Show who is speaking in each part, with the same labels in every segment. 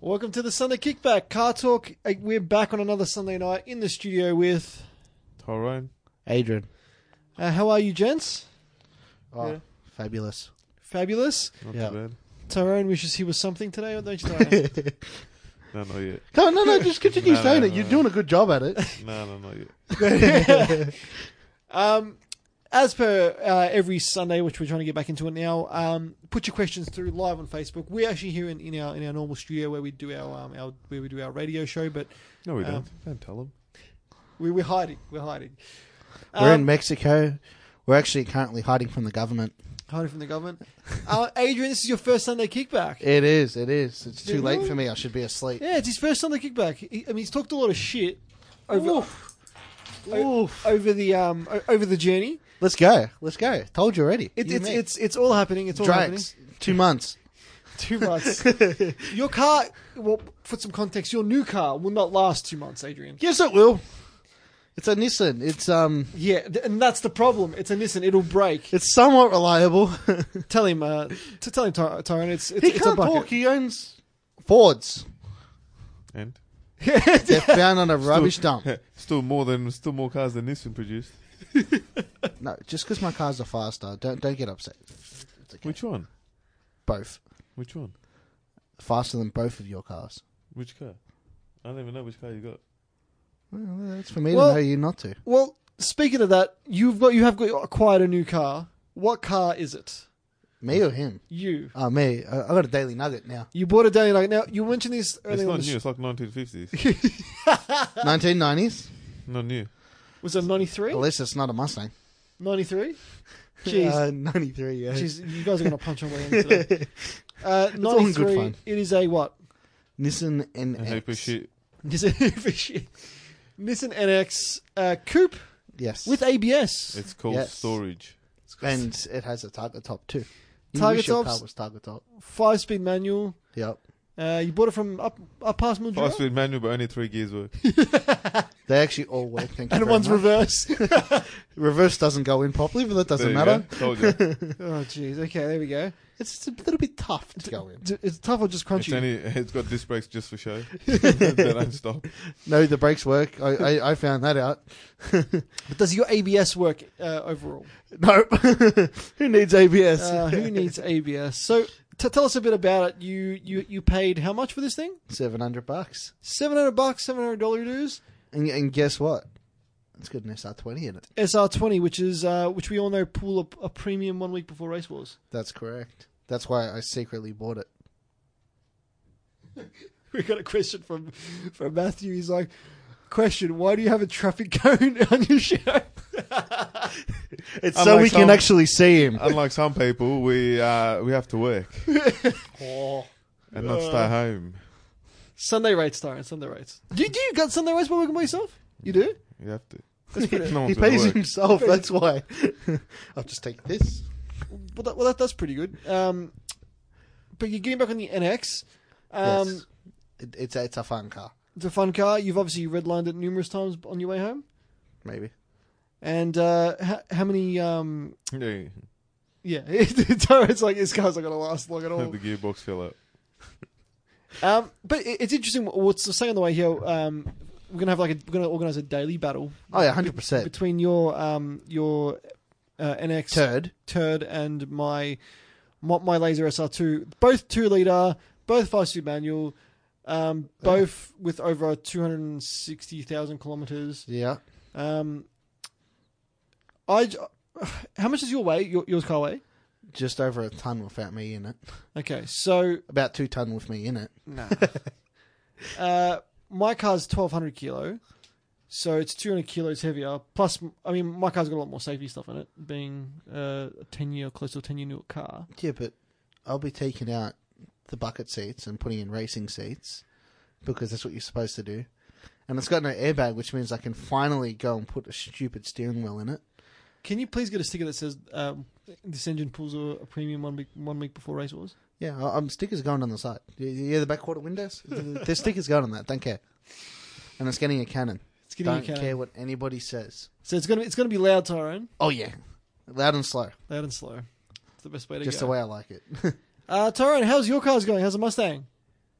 Speaker 1: Welcome to the Sunday Kickback Car Talk. Uh, We're back on another Sunday night in the studio with
Speaker 2: Tyrone.
Speaker 3: Adrian.
Speaker 1: uh, how are you, gents?
Speaker 3: Oh,
Speaker 2: Yeah.
Speaker 3: fabulous.
Speaker 1: Fabulous.
Speaker 2: Not
Speaker 3: Yeah.
Speaker 2: too bad.
Speaker 1: Tyrone wishes he was something today, or don't you? Tyrone?
Speaker 2: No, not yet.
Speaker 3: No, no, no, just continue
Speaker 2: No, no,
Speaker 3: saying
Speaker 2: no,
Speaker 3: it. You're
Speaker 2: no.
Speaker 3: doing a good job at it.
Speaker 2: No, no, not yet.
Speaker 1: um, as per uh, every Sunday, which we're trying to get back into it now, um, put your questions through live on Facebook. We're actually here in, in our in our normal studio where we do our um, our where we do our radio show, but
Speaker 2: No, we
Speaker 1: Um,
Speaker 2: don't. don't tell them.
Speaker 1: we, we're hiding. We're hiding.
Speaker 3: We're
Speaker 1: Um,
Speaker 3: in Mexico. We're actually currently hiding from the government.
Speaker 1: hiding from the government. Uh, Adrian, this is your first Sunday kickback.
Speaker 3: It is, it is. It's too
Speaker 1: Dude,
Speaker 3: late
Speaker 1: really?
Speaker 3: for me. I should be asleep.
Speaker 1: Yeah, it's his first Sunday kickback. He, I mean, he's talked a lot of shit over o-
Speaker 3: Oof.
Speaker 1: over the um o- over the journey.
Speaker 3: Let's go. Let's go. Told you already.
Speaker 1: It, it's
Speaker 3: You and me.
Speaker 1: it's it's all happening. It's all happening.
Speaker 3: Drax. Two months.
Speaker 1: Two months. your car. Well, for some context, your new car will not last two months, Adrian.
Speaker 3: Yes, it will. It's a Nissan. It's um.
Speaker 1: Yeah, th- and that's the problem. It's a Nissan. It'll break.
Speaker 3: It's somewhat reliable.
Speaker 1: tell him. Uh, to tell him, Ty- Tyrone. It's it's,
Speaker 3: he
Speaker 1: it's a
Speaker 3: can't talk.
Speaker 1: bucket.
Speaker 3: He owns Fords.
Speaker 2: And
Speaker 3: They're found on a rubbish dump.
Speaker 2: still more than still more cars than Nissan produced.
Speaker 3: No, just because my cars are faster, don't don't get upset.
Speaker 2: Which one?
Speaker 3: Both
Speaker 2: Which one?
Speaker 3: faster than both of your cars.
Speaker 2: Which car? I don't even know which car you got.
Speaker 3: Well, that's for me
Speaker 1: Well-
Speaker 3: to know you not to.
Speaker 1: Well, speaking of that, you've got you have got acquired a new car. What car is it?
Speaker 3: Me or him?
Speaker 1: You.
Speaker 3: Oh, me. I, I got a daily nugget now.
Speaker 1: You bought a daily nugget. Now you mentioned this
Speaker 2: it's
Speaker 1: earlier.
Speaker 2: not
Speaker 1: On the
Speaker 2: new.
Speaker 1: sh-
Speaker 2: It's like 1950s.
Speaker 3: 1990s.
Speaker 2: not new.
Speaker 1: was it
Speaker 3: At
Speaker 1: 93?
Speaker 3: least it's not a Mustang.
Speaker 1: 93? Jeez.
Speaker 3: Uh, 93, yeah.
Speaker 1: Jeez, you guys are going to punch on my end today. Uh,
Speaker 3: all in good
Speaker 1: 93,
Speaker 3: fun.
Speaker 1: it is a what?
Speaker 3: Nissan NX.
Speaker 2: And hope of shit.
Speaker 1: Is it for shit? Nissan NX uh, Coupe
Speaker 3: Yes.
Speaker 1: with ABS.
Speaker 2: It's called
Speaker 3: Yes.
Speaker 2: storage.
Speaker 3: and it has a target top, too. You
Speaker 1: Target
Speaker 3: wish your
Speaker 1: tops?
Speaker 3: car was target top.
Speaker 1: Five speed manual.
Speaker 3: Yep.
Speaker 1: Uh, you bought it from up, up past Mildura?
Speaker 2: Five speed manual, but only three gears work.
Speaker 3: They actually all work. Thank you
Speaker 1: And
Speaker 3: very
Speaker 1: one's
Speaker 3: much.
Speaker 1: reverse.
Speaker 3: Reverse doesn't go in properly, but that
Speaker 2: There
Speaker 3: doesn't
Speaker 2: you
Speaker 3: matter.
Speaker 2: go. Told you.
Speaker 1: oh, jeez. Okay, there we go.
Speaker 3: It's just a little bit tough to go in.
Speaker 1: D- It's tough or just
Speaker 2: It's,
Speaker 1: crunchy?
Speaker 2: only, it's got disc brakes just for show. they don't stop.
Speaker 3: No, the brakes work. I, I, I found that out.
Speaker 1: but does your ABS work uh, overall?
Speaker 3: Nope. Who needs ABS?
Speaker 1: Uh, who needs ABS? So t- tell us a bit about it. You, you you paid how much for this thing?
Speaker 3: 700 bucks.
Speaker 1: Seven hundred bucks, seven hundred dollar dues.
Speaker 3: And, and guess what? It's got an SR20 in it.
Speaker 1: SR20, which is uh, which we all know pull a, a premium one week before race wars.
Speaker 3: That's correct. That's why I secretly bought it.
Speaker 1: We got a question from from Matthew. He's like, "Question: Why do you have a traffic cone on your show?"
Speaker 3: It's
Speaker 2: so Unlike we can some-
Speaker 3: actually see him.
Speaker 2: Unlike some people, we uh, we have to work and not stay home.
Speaker 1: Sunday rates, Tyron. Sunday rates. Do you, do you got Sunday rates by working by yourself? You do.
Speaker 2: You have to. No
Speaker 3: he
Speaker 2: one's gonna
Speaker 3: pays
Speaker 2: work.
Speaker 3: himself, that's why. I'll just take this.
Speaker 1: Well, that, well that, that's pretty good. Um, but you're getting back on the NX. Um,
Speaker 3: yes. It, it's, a- it's a fun car,
Speaker 1: It's a fun car. You've obviously redlined it numerous times on your way home.
Speaker 3: maybe.
Speaker 1: And uh, how, how many um,
Speaker 2: Yeah,
Speaker 1: Yeah, it's like this car's not gonna last long at all.
Speaker 2: the gearbox fell out.
Speaker 1: Um, but it- it's interesting. What's the saying on the way here? Um, we're gonna have like a, we're gonna organize a daily battle
Speaker 3: Oh, yeah, 100%.
Speaker 1: between your um your uh, NX
Speaker 3: Turd.
Speaker 1: turd and my my, my laser SR2, both two liter, both five speed manual, um, both with over two hundred sixty thousand kilometers.
Speaker 3: Yeah.
Speaker 1: Um, I j- how much is your weigh? Your, yours car weigh?
Speaker 3: Just over a ton without me in it.
Speaker 1: Okay, so
Speaker 3: About two ton with me in it.
Speaker 1: No. uh, my car's twelve hundred kilo, so it's two hundred kilos heavier. Plus, I mean, my car's got a lot more safety stuff in it, being uh, a ten year close to a ten year new car.
Speaker 3: Yeah, but I'll be taking out the bucket seats and putting in racing seats because that's what you're supposed to do. And it's got no airbag, which means I can finally go and put a stupid steering wheel in it.
Speaker 1: Can you please get a sticker that says um, this engine pulls a, a premium one week one week before race wars?
Speaker 3: Yeah, I- um, stickers going on the side. Yeah, yeah, the back quarter windows. There's stickers going on that. Don't care. And it's getting a cannon.
Speaker 1: It's getting
Speaker 3: Don't
Speaker 1: you can.
Speaker 3: care what anybody says.
Speaker 1: So it's gonna be, it's gonna be loud, Tyrone,
Speaker 3: Oh yeah, loud and slow,
Speaker 1: loud and slow. It's the best way to
Speaker 3: just
Speaker 1: go.
Speaker 3: the way I like it.
Speaker 1: Uh, Tyrone, how's your car's going? How's the Mustang?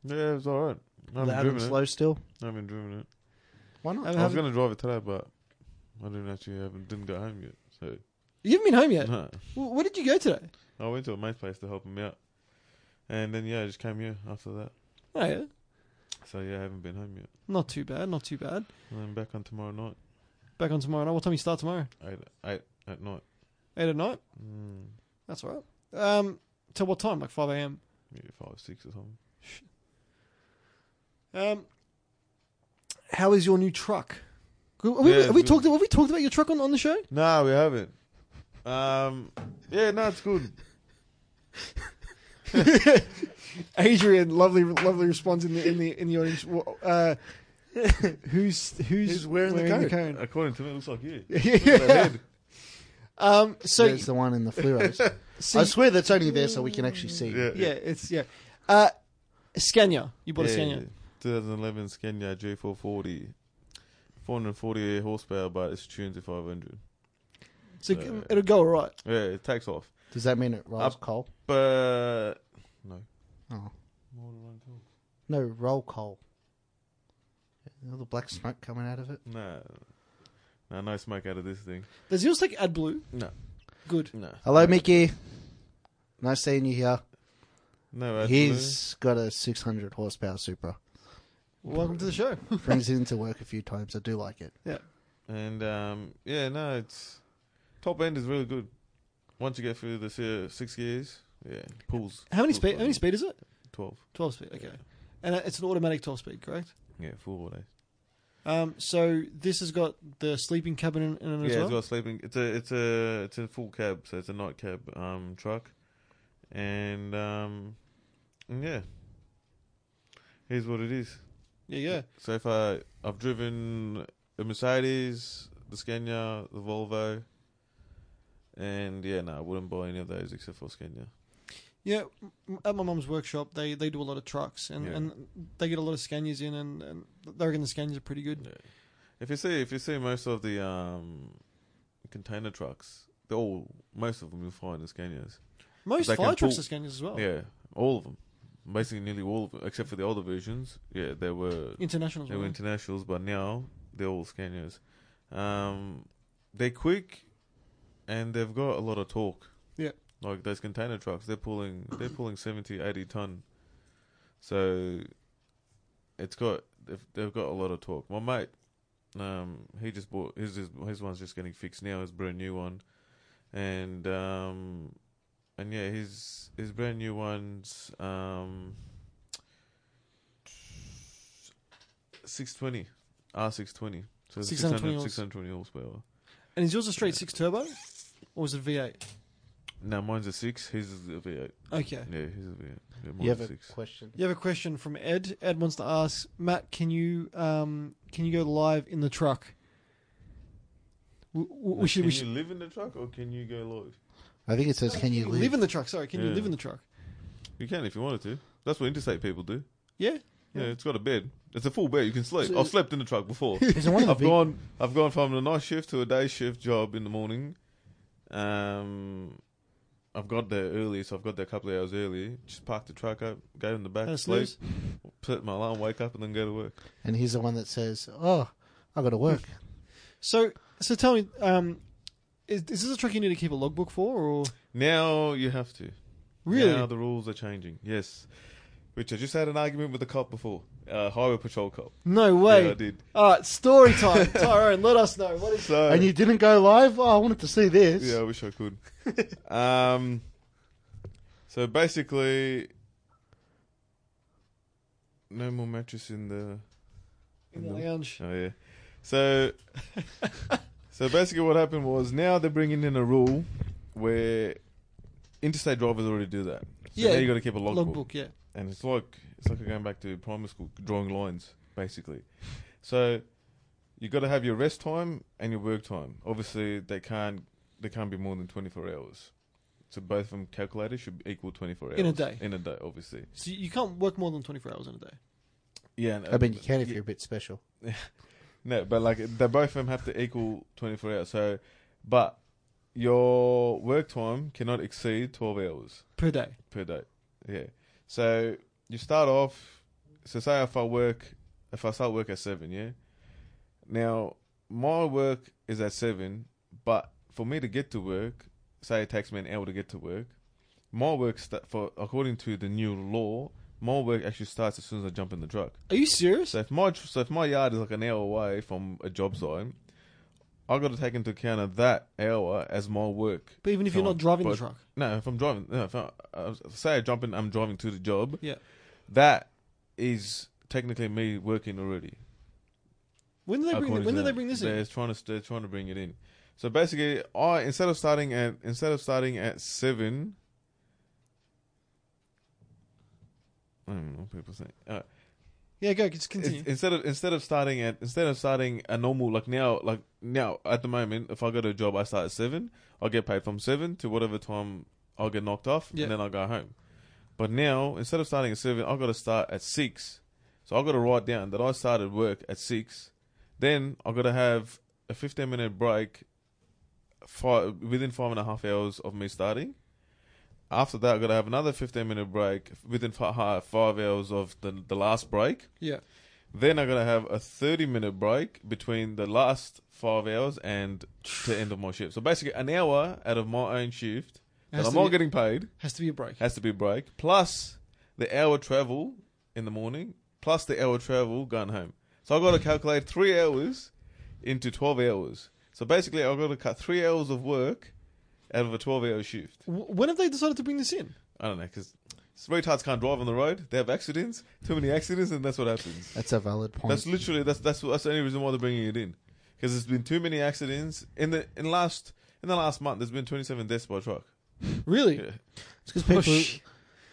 Speaker 2: Yeah, it was all right. I haven't
Speaker 3: Loud
Speaker 2: driven
Speaker 3: and
Speaker 2: it.
Speaker 3: slow still.
Speaker 2: I haven't driven it.
Speaker 3: Why not?
Speaker 1: I
Speaker 2: I was
Speaker 1: haven't-
Speaker 2: gonna drive it today, but I didn't actually haven't didn't go home yet. So
Speaker 1: You haven't been home yet.
Speaker 2: no.
Speaker 1: W- Where did you go today?
Speaker 2: I went to a mate's place to help him out, and then yeah, I just came here after that.
Speaker 1: Oh, yeah.
Speaker 2: So yeah, I haven't been home yet.
Speaker 1: Not too bad. Not too bad.
Speaker 2: And then back on tomorrow night,
Speaker 1: Back on tomorrow night. What time you start tomorrow?
Speaker 2: eight eight at night.
Speaker 1: Eight at night.
Speaker 2: Mm,
Speaker 1: That's all right. Um, till what time? Like five a.m.
Speaker 2: maybe five six or something.
Speaker 1: Um, how is your new truck? Have we,
Speaker 2: Yeah,
Speaker 1: have we
Speaker 2: it's-
Speaker 1: talked? Have we talked about your truck on, on the show?
Speaker 2: No, we haven't. Um, yeah, no, it's good.
Speaker 1: Adrian, lovely, lovely response in the in the in the audience. Wha- Uh, who's who's,
Speaker 2: He's wearing, the, cone.
Speaker 1: cone?
Speaker 2: According to me, it looks like you.
Speaker 1: um, so
Speaker 3: There's the one in the fluos.
Speaker 1: so-
Speaker 3: I swear that's only there so we can actually see.
Speaker 2: Yeah.
Speaker 1: yeah, it's yeah. Uh, Scania, you bought a
Speaker 2: Yeah,
Speaker 1: Scania.
Speaker 2: yeah. 2011 Scania G440. 440 horsepower, but it's tuned to 500.
Speaker 1: So
Speaker 2: Yeah.
Speaker 1: it'll go all right.
Speaker 2: Yeah, it takes off.
Speaker 3: Does that mean it rolls
Speaker 2: Up.
Speaker 3: coal?
Speaker 2: But no.
Speaker 3: Oh.
Speaker 2: More than one call.
Speaker 3: No, roll coal. All the black smoke coming out of it.
Speaker 2: Nah. Nah, no smoke out of this thing.
Speaker 1: Does yours take AdBlue?
Speaker 2: No.
Speaker 1: Good.
Speaker 2: No.
Speaker 3: Hello, Mickey. Nice seeing you here.
Speaker 2: No, absolutely.
Speaker 3: He's got a 600 horsepower Supra.
Speaker 1: Welcome to the show.
Speaker 3: Brings it into work a few times. I do like it.
Speaker 2: And um, yeah, no, it's. Top end is really good. Once you get through the si- six gears, yeah, pulls.
Speaker 1: How many
Speaker 2: pulls
Speaker 1: speed? How many
Speaker 2: like
Speaker 1: speed is it?
Speaker 2: 12.
Speaker 1: Twelve speed. Okay, and it's an automatic twelve speed, correct?
Speaker 2: Yeah, full auto.
Speaker 1: Um, so this has got the sleeping cabin in, in it as
Speaker 2: yeah,
Speaker 1: well.
Speaker 2: it's got sleeping. It's a it's a it's a full cab, so it's a night cab um truck, and um, and yeah. Here's what it is.
Speaker 1: Yeah, yeah.
Speaker 2: So far, I've driven the Mercedes, the Scania, the Volvo, and yeah, no, I wouldn't buy any of those except for Scania.
Speaker 1: Yeah, m- at my mum's workshop, they, they do a lot of trucks and,
Speaker 2: Yeah.
Speaker 1: and they get a lot of Scanias in, and, and they reckon the Scanias are pretty good.
Speaker 2: Yeah. If you see, if you see most of the um container trucks, they're all most of them you'll find is Scanias.
Speaker 1: Most
Speaker 2: They can
Speaker 1: fire trucks
Speaker 2: pull-
Speaker 1: are Scanias as well.
Speaker 2: Yeah, all of them. Basically, nearly all of them, except for the older versions. Yeah, they were
Speaker 1: International as
Speaker 2: they
Speaker 1: well.
Speaker 2: were internationals, but now they're all Scanias. Um, they're quick, and they've got a lot of torque.
Speaker 1: Yeah.
Speaker 2: like those container trucks, they're pulling they're pulling 70, 80 ton. So it's got they've, they've got a lot of torque. My mate, um, he just bought his his, his one's just getting fixed now. His brand new one, and um, and yeah, his his brand new one's um, six twenty R six twenty. So it's
Speaker 1: 620
Speaker 2: 600,
Speaker 1: horse.
Speaker 2: 620 horsepower.
Speaker 1: and is yours a straight six turbo, or is it V eight?
Speaker 2: No, mine's a six. His is a V eight.
Speaker 1: Okay.
Speaker 2: Yeah, his is a V eight. Yeah, mine's
Speaker 3: You have
Speaker 2: a
Speaker 3: a
Speaker 2: six.
Speaker 3: question.
Speaker 1: You have a question from Ed. Ed wants to ask Matt, can you um can you go live in the truck? We, we,
Speaker 2: No,
Speaker 1: we should
Speaker 2: can
Speaker 1: we should
Speaker 2: you live in the truck or can you go live?
Speaker 3: I think it says, can you live?
Speaker 1: live in the truck. Sorry, can you
Speaker 2: Yeah.
Speaker 1: live in the truck?
Speaker 2: You can if you wanted to. That's what interstate people do.
Speaker 1: Yeah.
Speaker 2: Yeah, it's got a bed. It's a full bed. You can sleep.
Speaker 3: So-
Speaker 2: I've slept in the truck before.
Speaker 3: Is it one of the
Speaker 2: I've
Speaker 3: big-
Speaker 2: gone. I've gone from a night shift to a day shift job in the morning. Um, I've got there early, so I've got there a couple of hours early. Just park the truck up, go in the back,
Speaker 1: Had a
Speaker 2: sleep,
Speaker 1: snooze?
Speaker 2: set my alarm, wake up, and then go to work.
Speaker 3: And here's the one that says, oh, i got to work.
Speaker 1: So so tell me, um, is, is this a truck you need to keep a logbook for, or
Speaker 2: Now you have to.
Speaker 1: really?
Speaker 2: Now the rules are changing. Yes. Which I just had an argument with a cop before, a highway patrol cop.
Speaker 1: No way.
Speaker 2: Yeah, I did.
Speaker 1: All right, story time. Tyrone, let us know. What is
Speaker 2: So
Speaker 3: and you didn't go live? Oh, I wanted to see this.
Speaker 2: Uh, Yeah, I wish I could. um, so basically, no more mattress in the.
Speaker 1: in the lounge?
Speaker 2: Oh yeah. So, so basically, what happened was now they're bringing in a rule where interstate drivers already do that. So
Speaker 1: Yeah,
Speaker 2: Now you got to keep a logbook.
Speaker 1: Logbook, yeah.
Speaker 2: and it's like it's like going back to primary school drawing lines basically so you got to have your rest time and your work time obviously they can't they can't be more than 24 hours so both of them calculated should be equal 24 hours
Speaker 1: In a day.
Speaker 2: in a day obviously
Speaker 1: So you can't work more than 24 hours in a day.
Speaker 2: yeah and, uh,
Speaker 3: I mean, you can if
Speaker 2: yeah,
Speaker 3: you're a bit special.
Speaker 2: no but like they both of them have to equal 24 hours so but your work time cannot exceed 12 hours
Speaker 1: Per day.
Speaker 2: per day. Yeah. So you start off so say if I work, if I start work at seven, yeah. Now my work is at seven, but for me to get to work, say it takes me an hour to get to work. My work sta for according to the new law, my work actually starts as soon as I jump in the truck.
Speaker 1: Are you serious?
Speaker 2: So if my tr- so if my yard is like an hour away from a job site, I got to take into account of that hour as my work.
Speaker 1: But even if you're
Speaker 2: Come
Speaker 1: not
Speaker 2: on,
Speaker 1: driving the
Speaker 2: but-
Speaker 1: truck,
Speaker 2: No, if I'm driving, no, if I, uh, say I jump in, I'm driving to the job.
Speaker 1: Yeah.
Speaker 2: that is technically me working already.
Speaker 1: when did they bring
Speaker 2: according
Speaker 1: the, when
Speaker 2: to
Speaker 1: did they
Speaker 2: them.
Speaker 1: bring this
Speaker 2: They're
Speaker 1: in?
Speaker 2: trying to they're trying to bring it in. So basically, I instead of starting at instead of starting at seven. I don't know what people say. Uh,
Speaker 1: Yeah, go just
Speaker 2: it's-
Speaker 1: continue.
Speaker 2: instead of instead of starting at instead of starting a normal like now like now at the moment if I go to a job I start at seven I get paid from seven to whatever time I'll get knocked off
Speaker 1: Yeah.
Speaker 2: and then I'll go home. But now instead of starting at seven I've got to start at six. So I've got to write down that I started work at six. Then I've got to have a fifteen minute break five, within five and a half hours of me starting. After that, I've got to have another 15 minute break within fi- five hours of the, the last break.
Speaker 1: yeah,
Speaker 2: Then I'm gonna have a thirty minute break between the last five hours and the end of my shift. So basically, an hour out of my own shift that
Speaker 1: has,
Speaker 2: I'm
Speaker 1: to
Speaker 2: not
Speaker 1: be,
Speaker 2: getting paid
Speaker 1: has to be a break.
Speaker 2: has to be a break, plus the hour travel in the morning, plus the hour travel going home. So I've got to calculate three hours into twelve hours. So basically, I've got to cut three hours of work out of a twelve hour shift.
Speaker 1: W- When have they decided to bring this in?
Speaker 2: I don't know because retards can't drive on the road; they have accidents, too many accidents, and that's what happens.
Speaker 3: That's a valid point.
Speaker 2: That's literally that's that's that's the only reason why they're bringing it in, because there's been too many accidents in the in last in the last month. There's been 27 deaths by truck.
Speaker 1: Really?
Speaker 2: Yeah.
Speaker 3: it's because
Speaker 1: Oh,
Speaker 3: people.
Speaker 1: sh-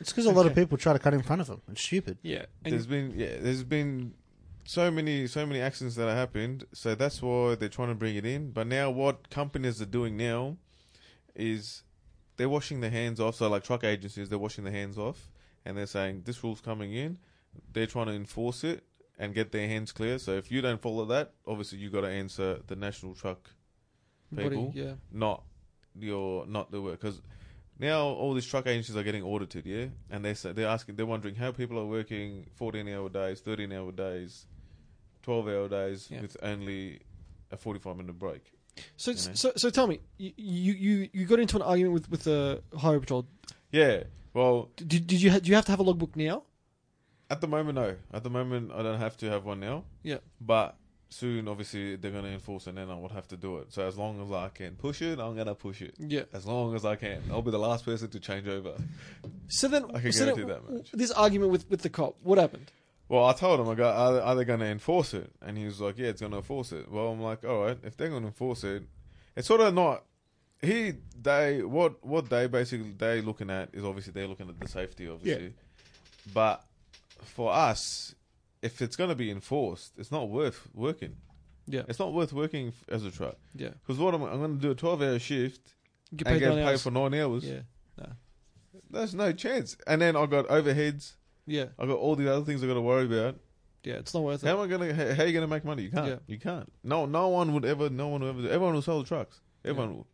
Speaker 3: it's because a lot of
Speaker 1: Okay.
Speaker 3: people try to cut in front of them. It's stupid.
Speaker 1: yeah. And-
Speaker 2: There's been yeah. There's been so many so many accidents that have happened. So that's why they're trying to bring it in. But now what companies are doing now is they're washing their hands off. So like truck agencies, they're washing their hands off, and they're saying this rule's coming in. They're trying to enforce it and get their hands clear. So if you don't follow that, obviously you got to answer the national truck
Speaker 1: Body,
Speaker 2: people.
Speaker 1: yeah.
Speaker 2: not your not the work because now all these truck agencies are getting audited, yeah, and they say they're asking, they're wondering how people are working fourteen hour days, thirteen hour days, twelve hour days
Speaker 1: Yeah.
Speaker 2: with only a forty five minute break.
Speaker 1: So,
Speaker 2: You know.
Speaker 1: so, so tell me, you, you, you got into an argument with with the highway patrol.
Speaker 2: Yeah, well,
Speaker 1: Did, did you ha- do you have to have a logbook now?
Speaker 2: at the moment, no. At the moment, I don't have to have one now.
Speaker 1: Yeah.
Speaker 2: but soon, obviously, they're gonna enforce it, and I will have to do it. So as long as I can push it, I'm gonna push it.
Speaker 1: Yeah.
Speaker 2: As long as I can, I'll be the last person to change over.
Speaker 1: So then,
Speaker 2: I can
Speaker 1: so then
Speaker 2: guarantee that much.
Speaker 1: this argument with with the cop, what happened?
Speaker 2: Well, I told him, I go, are, are they going to enforce it? And he was like, yeah, it's going to enforce it. Well, I'm like, all right, if they're going to enforce it, it's sort of not. He, they, what, what they basically they looking at is obviously they're looking at the safety, obviously. But for us, if it's going to be enforced, it's not worth working.
Speaker 1: Yeah.
Speaker 2: It's not worth working f- as a truck
Speaker 1: Yeah,
Speaker 2: because what am I, I'm going to do a 12 hour shift
Speaker 1: you get
Speaker 2: and
Speaker 1: paid
Speaker 2: get
Speaker 1: nine
Speaker 2: paid
Speaker 1: hours.
Speaker 2: for nine hours.
Speaker 1: yeah,
Speaker 2: There's no chance. And then I got overheads.
Speaker 1: yeah,
Speaker 2: I got all the other things I got to worry about.
Speaker 1: yeah. It's not worth it.
Speaker 2: How am I gonna? How, how you gonna make money? You can't.
Speaker 1: Yeah.
Speaker 2: You can't. No, no one would ever. No one would ever. do- Everyone will sell the trucks. Everyone will.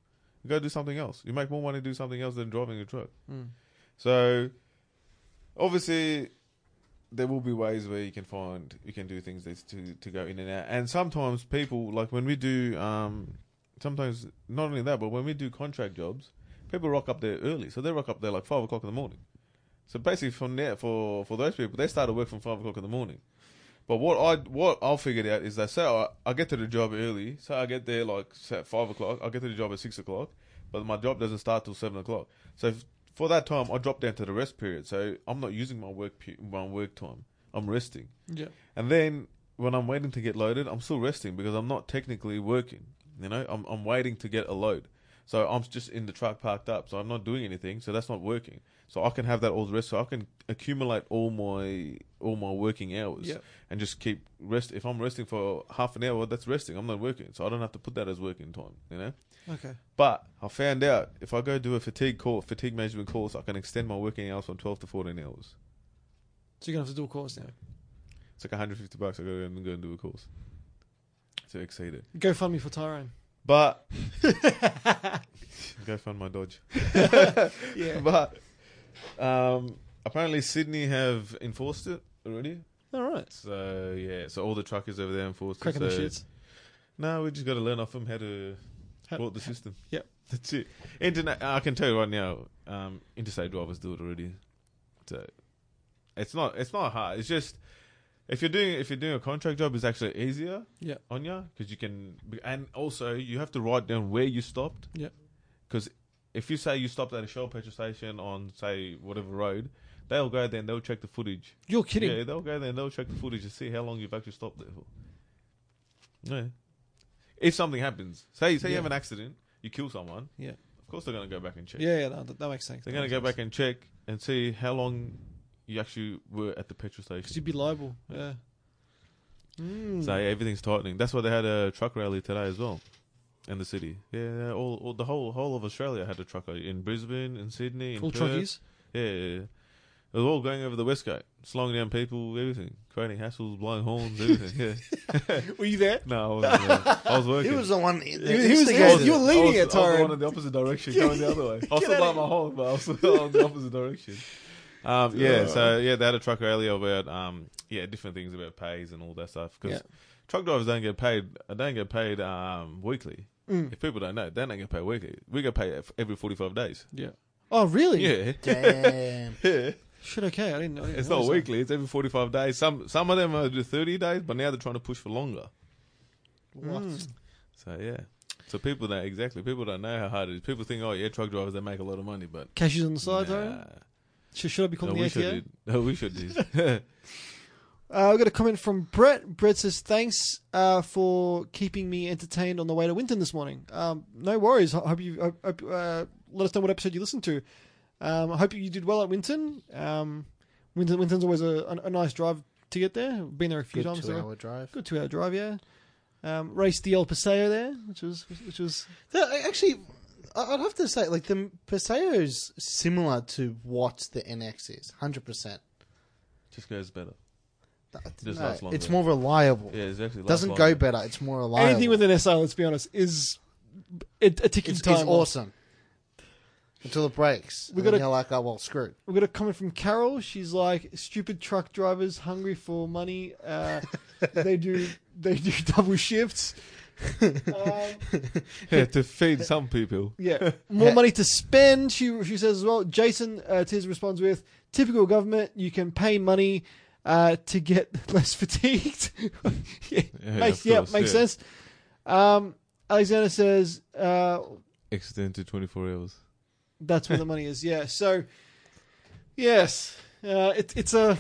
Speaker 2: You gotta do something else. You make more money do something else than driving a truck.
Speaker 1: Mm.
Speaker 2: So, obviously, there will be ways where you can find you can do things that's to to go in and out. And sometimes people like when we do. um Sometimes not only that, but when we do contract jobs, people rock up there early, so they rock up there like five o'clock in the morning. So basically, from there for for those people, they started work from five o'clock in the morning. But what I what I figured out is that say I, I get to the job early, so I get there like say at five o'clock. I get to the job at six o'clock, but my job doesn't start till seven o'clock. So if, for that time, I drop down to the rest period. So I'm not using my work pe- my work time. I'm resting,
Speaker 1: Yeah,
Speaker 2: and then when I'm waiting to get loaded, I'm still resting because I'm not technically working. You know, I'm I'm waiting to get a load. So I'm just in the truck parked up. So I'm not doing anything. So that's not working. So I can have that all the rest. So I can accumulate all my all my working hours
Speaker 1: yeah,
Speaker 2: and just keep rest. If I'm resting for half an hour, that's resting. I'm not working, so I don't have to put that as working time. You know.
Speaker 1: okay.
Speaker 2: But I found out if I go do a fatigue course, fatigue management course, I can extend my working hours from 12 to 14 hours.
Speaker 1: So you're gonna have to do a course now.
Speaker 2: It's like 150 bucks. I go and go and do a course to exceed it.
Speaker 1: Go fund me for Tyrone.
Speaker 2: But go find my Dodge.
Speaker 1: Yeah.
Speaker 2: But um, apparently Sydney have enforced it already.
Speaker 1: All right.
Speaker 2: So yeah, so all the truckers over there in Forster.
Speaker 1: Cracking the
Speaker 2: so-
Speaker 1: shits.
Speaker 2: No, we just got to learn off them how to
Speaker 1: How-
Speaker 2: support the system.
Speaker 1: Yep.
Speaker 2: that's it. Internet. I can tell you right now, um, interstate drivers do it already. So it's not it's not hard. It's just if you're doing if you're doing a contract job, it's actually easier.
Speaker 1: Yeah.
Speaker 2: On you because you can, and also you have to write down where you stopped.
Speaker 1: Yeah.
Speaker 2: Because if you say you stopped at a Shell petrol station on say whatever road, they'll go there and they'll check the footage.
Speaker 1: You're kidding.
Speaker 2: Yeah, they'll go there and they'll check the footage to see how long you've actually stopped there for. Yeah. If something happens, say say you
Speaker 1: Yeah.
Speaker 2: have an accident, you kill someone.
Speaker 1: Yeah.
Speaker 2: Of course they're gonna go back and check.
Speaker 1: Yeah, yeah, no, that, that makes sense.
Speaker 2: They're gonna go back and check and see how long you actually were at the petrol
Speaker 1: because
Speaker 2: station.
Speaker 1: you'd be liable. Yeah. Mm.
Speaker 2: So yeah, everything's tightening. That's why they had a truck rally today as well, in the city. Yeah, all, all the whole whole of Australia had a truck rally in Brisbane, in Sydney, in
Speaker 1: all
Speaker 2: Perth.
Speaker 1: truckies.
Speaker 2: Yeah, yeah, yeah. It was all going over the West Coast, slowing down people, everything, creating hassles, blowing horns, everything. Yeah.
Speaker 1: Were you there?
Speaker 2: No, I wasn't. there. I was working.
Speaker 3: He was the one. He,
Speaker 1: he was the guy- you were leading
Speaker 2: I was,
Speaker 1: it,
Speaker 2: I was the
Speaker 1: Tyrone.
Speaker 2: one in the opposite direction, going the other way. I was
Speaker 1: Get
Speaker 2: still
Speaker 1: out
Speaker 2: like
Speaker 1: of
Speaker 2: my hole, but I was still on the opposite direction. Um, yeah, so yeah, they had a truck rally about um, yeah, different things about pays and all that stuff because
Speaker 1: Yeah.
Speaker 2: truck drivers don't get paid. uh, Don't get paid um, weekly.
Speaker 1: Mm.
Speaker 2: If people don't know, they don't get paid weekly. We get paid f- every forty-five days.
Speaker 1: Yeah. Oh, really?
Speaker 2: Yeah,
Speaker 3: Damn.
Speaker 2: yeah.
Speaker 1: Shit. Okay, I didn't know. I didn't
Speaker 2: It's not
Speaker 1: notice that.
Speaker 2: weekly. It's every forty-five days. Some some of them are just thirty days, but now they're trying to push for longer.
Speaker 3: What?
Speaker 2: So yeah. So people don't exactly people don't know how hard it is. People think, oh yeah, truck drivers they make a lot of money, but
Speaker 1: Cashews on the side,
Speaker 2: nah.
Speaker 1: though. Should, should I be
Speaker 2: no,
Speaker 1: calling
Speaker 2: we
Speaker 1: the ATO?
Speaker 2: should do. No, we should do.
Speaker 1: Uh, I've got a comment from Brett. Brett says, "Thanks uh, for keeping me entertained on the way to Winton this morning. Um, no worries. I hope you I hope, uh, let us know what episode you listened to. Um, I hope you did well at Winton. Um, Winton Winton's always a, a, a nice drive to get there. Been there a few
Speaker 3: Good
Speaker 1: times.
Speaker 3: two
Speaker 1: so-
Speaker 3: hour drive.
Speaker 1: Good two-hour drive, yeah. Um, raced the El Paseo there, which was which was
Speaker 3: No, I- actually, I- I'd have to say, like, the Paseo is similar to what the NX is, 100%.
Speaker 2: Just goes better.
Speaker 3: No, it's-
Speaker 2: Just
Speaker 3: no,
Speaker 2: lasts longer.
Speaker 3: it's more reliable.
Speaker 2: Yeah, exactly.
Speaker 3: Doesn't go better, it's more reliable.
Speaker 1: anything with an SI. Let's be honest, is a, a ticking
Speaker 3: it's, it's
Speaker 1: time. bomb.
Speaker 3: awesome. Until it breaks.
Speaker 1: We
Speaker 3: We
Speaker 1: gotta-
Speaker 3: got to like, oh, well, screwed.
Speaker 1: We got a comment from Carol. She's like, "Stupid truck drivers, hungry for money. Uh, they do they do double shifts. Um,
Speaker 2: yeah, to feed some people.
Speaker 1: yeah, more money to spend." She she says as well. Jason uh, Tiz responds with, "Typical government. You can pay money uh, to get less fatigued. yeah,
Speaker 2: Yeah,
Speaker 1: makes
Speaker 2: of
Speaker 1: yeah,
Speaker 2: course,
Speaker 1: makes
Speaker 2: yeah.
Speaker 1: sense." Um, Alexander says, uh,
Speaker 2: Extend to twenty four hours.
Speaker 1: "That's where the money is." Yeah. So, yes, uh, it's it's a